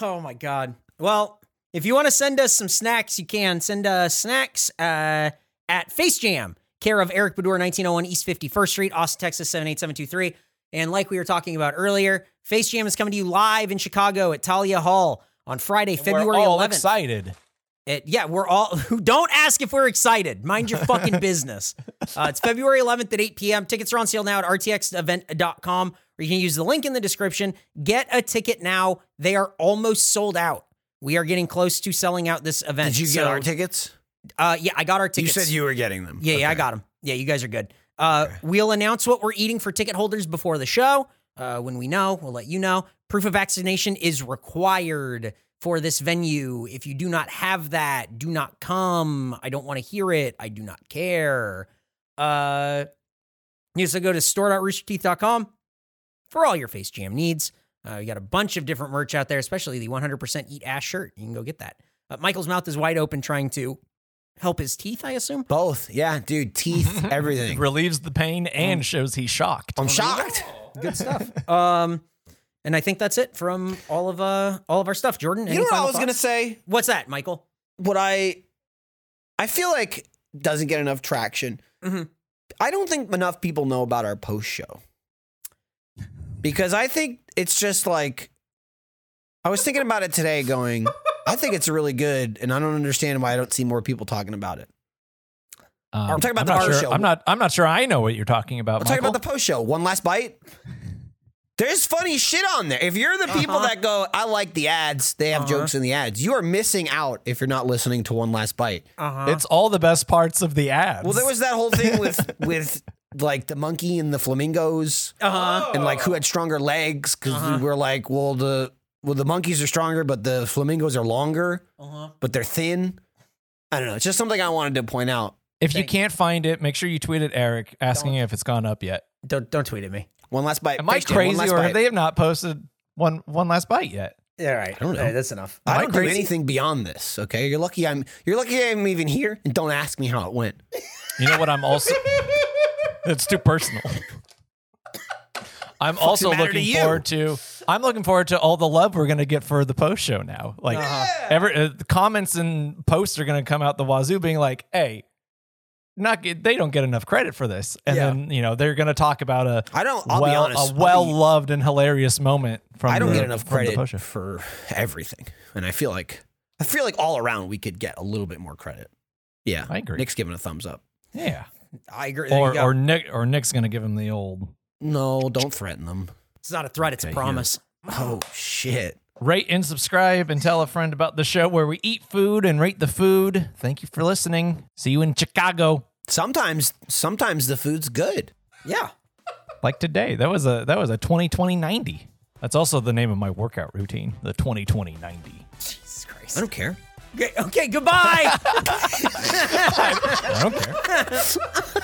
D: Oh my God. Well, if you want to send us some snacks, you can send us snacks uh, at Face Jam, care of Eric Bedour, 1901 East 51st Street, Austin, Texas, 78723. And like we were talking about earlier, Face Jam is coming to you live in Chicago at Talia Hall on Friday, February
C: We're all
D: 11th.
C: excited.
D: It- yeah, we're all. Don't ask if we're excited. Mind your fucking business. Uh, it's February 11th at 8 p.m. Tickets are on sale now at rtxevent.com, or you can use the link in the description. Get a ticket now. They are almost sold out. We are getting close to selling out this event.
B: Did you get
D: So,
B: our tickets?
D: Uh, yeah, I got our tickets.
B: You said you were getting them.
D: Yeah, yeah, I
B: Okay.
D: got them. Yeah, you guys are good. Uh, We'll announce what we're eating for ticket holders before the show. Uh, when we know, we'll let you know. Proof of vaccination is required for this venue. If you do not have that, do not come. I don't want to hear it. I do not care. Uh, you also go to store.roosterteeth.com for all your face jam needs. Uh, you got a bunch of different merch out there, especially the 100% Eat Ass shirt. You can go get that. Uh, Michael's mouth is wide open trying to help his teeth, I assume.
B: Both. Yeah, dude. Teeth, everything.
C: Relieves the pain
B: Mm.
C: and shows he's shocked.
B: I'm shocked.
D: good stuff. Um, and I think that's it from all of uh all of our stuff. Jordan,
B: You know what I was going to say?
D: What's that, Michael?
B: What I I feel like doesn't get enough traction.
D: Mhm.
B: I don't think enough people know about our post show. Because I think it's just like I was thinking about it today going, I think it's really good and I don't understand why I don't see more people talking about it.
C: Um,
B: I'm talking about
C: not
B: the
C: sure,
B: show.
C: I'm not. I'm not sure. I know what you're talking about.
B: I'm talking about the post show. One last bite. There's funny shit on there. If you're the people
D: Uh-huh.
B: that go, I like the ads, they have jokes in the ads. You are missing out if you're not listening to One Last Bite.
D: Uh
C: It's all the best parts of the ads.
B: Well, there was that whole thing with with like the monkey and the flamingos
D: Uh huh.
B: and like who had stronger legs because we were like, well the well the monkeys are stronger, but the flamingos are longer,
C: Uh-huh.
B: but they're thin. I don't know. It's just something I wanted to point out.
C: If you can't find it, make sure you tweet at Eric asking if it's gone up yet.
D: Don't don't tweet at me.
B: One last bite.
C: Am I
B: Thanks, Dan. One
C: crazy,
B: last
C: or
B: bite.
C: have they have not posted one one last bite yet?
D: All right.
B: don't know.
D: All right, that's enough.
B: I
C: Am I
B: don't do
C: crazy?
B: anything beyond this. Okay, you're lucky I'm you're lucky I'm even here, and don't ask me how it went.
C: You know what? I'm also. That's too personal. I'm also
B: matter to
C: looking
B: you?
C: forward to. I'm looking forward to all the love we're gonna get for the post show now. Like,
B: Uh-huh.
C: every uh, the comments and posts are gonna come out the wazoo, being like, "Hey, not get, they don't get enough credit for this," and
B: Yeah.
C: then you know they're gonna talk about a
B: I don't- I'll be
C: well,
B: honest, I'll
C: a
B: be-
C: well loved and hilarious moment from
B: I don't
C: the-
B: get enough
C: from the post show.
B: credit for everything, and I feel like I feel like all around we could get a little bit more credit. Yeah,
C: I agree.
B: Nick's giving a thumbs up.
C: Yeah.
D: I agree. There you
C: Or
D: go.
C: or Nick or Nick's gonna give him the old
B: No, don't threaten them.
D: it's not a threat. It's a promise.
B: Oh shit!
C: rate and subscribe and tell a friend about the show where we eat food and rate the food. Thank you for listening. See you in Chicago.
B: Sometimes, sometimes the food's good.
D: Yeah.
C: Like today. That was a that was a 2020 90. That's also the name of my workout routine, the 2020 90.
D: Jesus
B: I
D: Christ.
B: don't care.
D: Okay. Okay. Goodbye.
C: I don't care.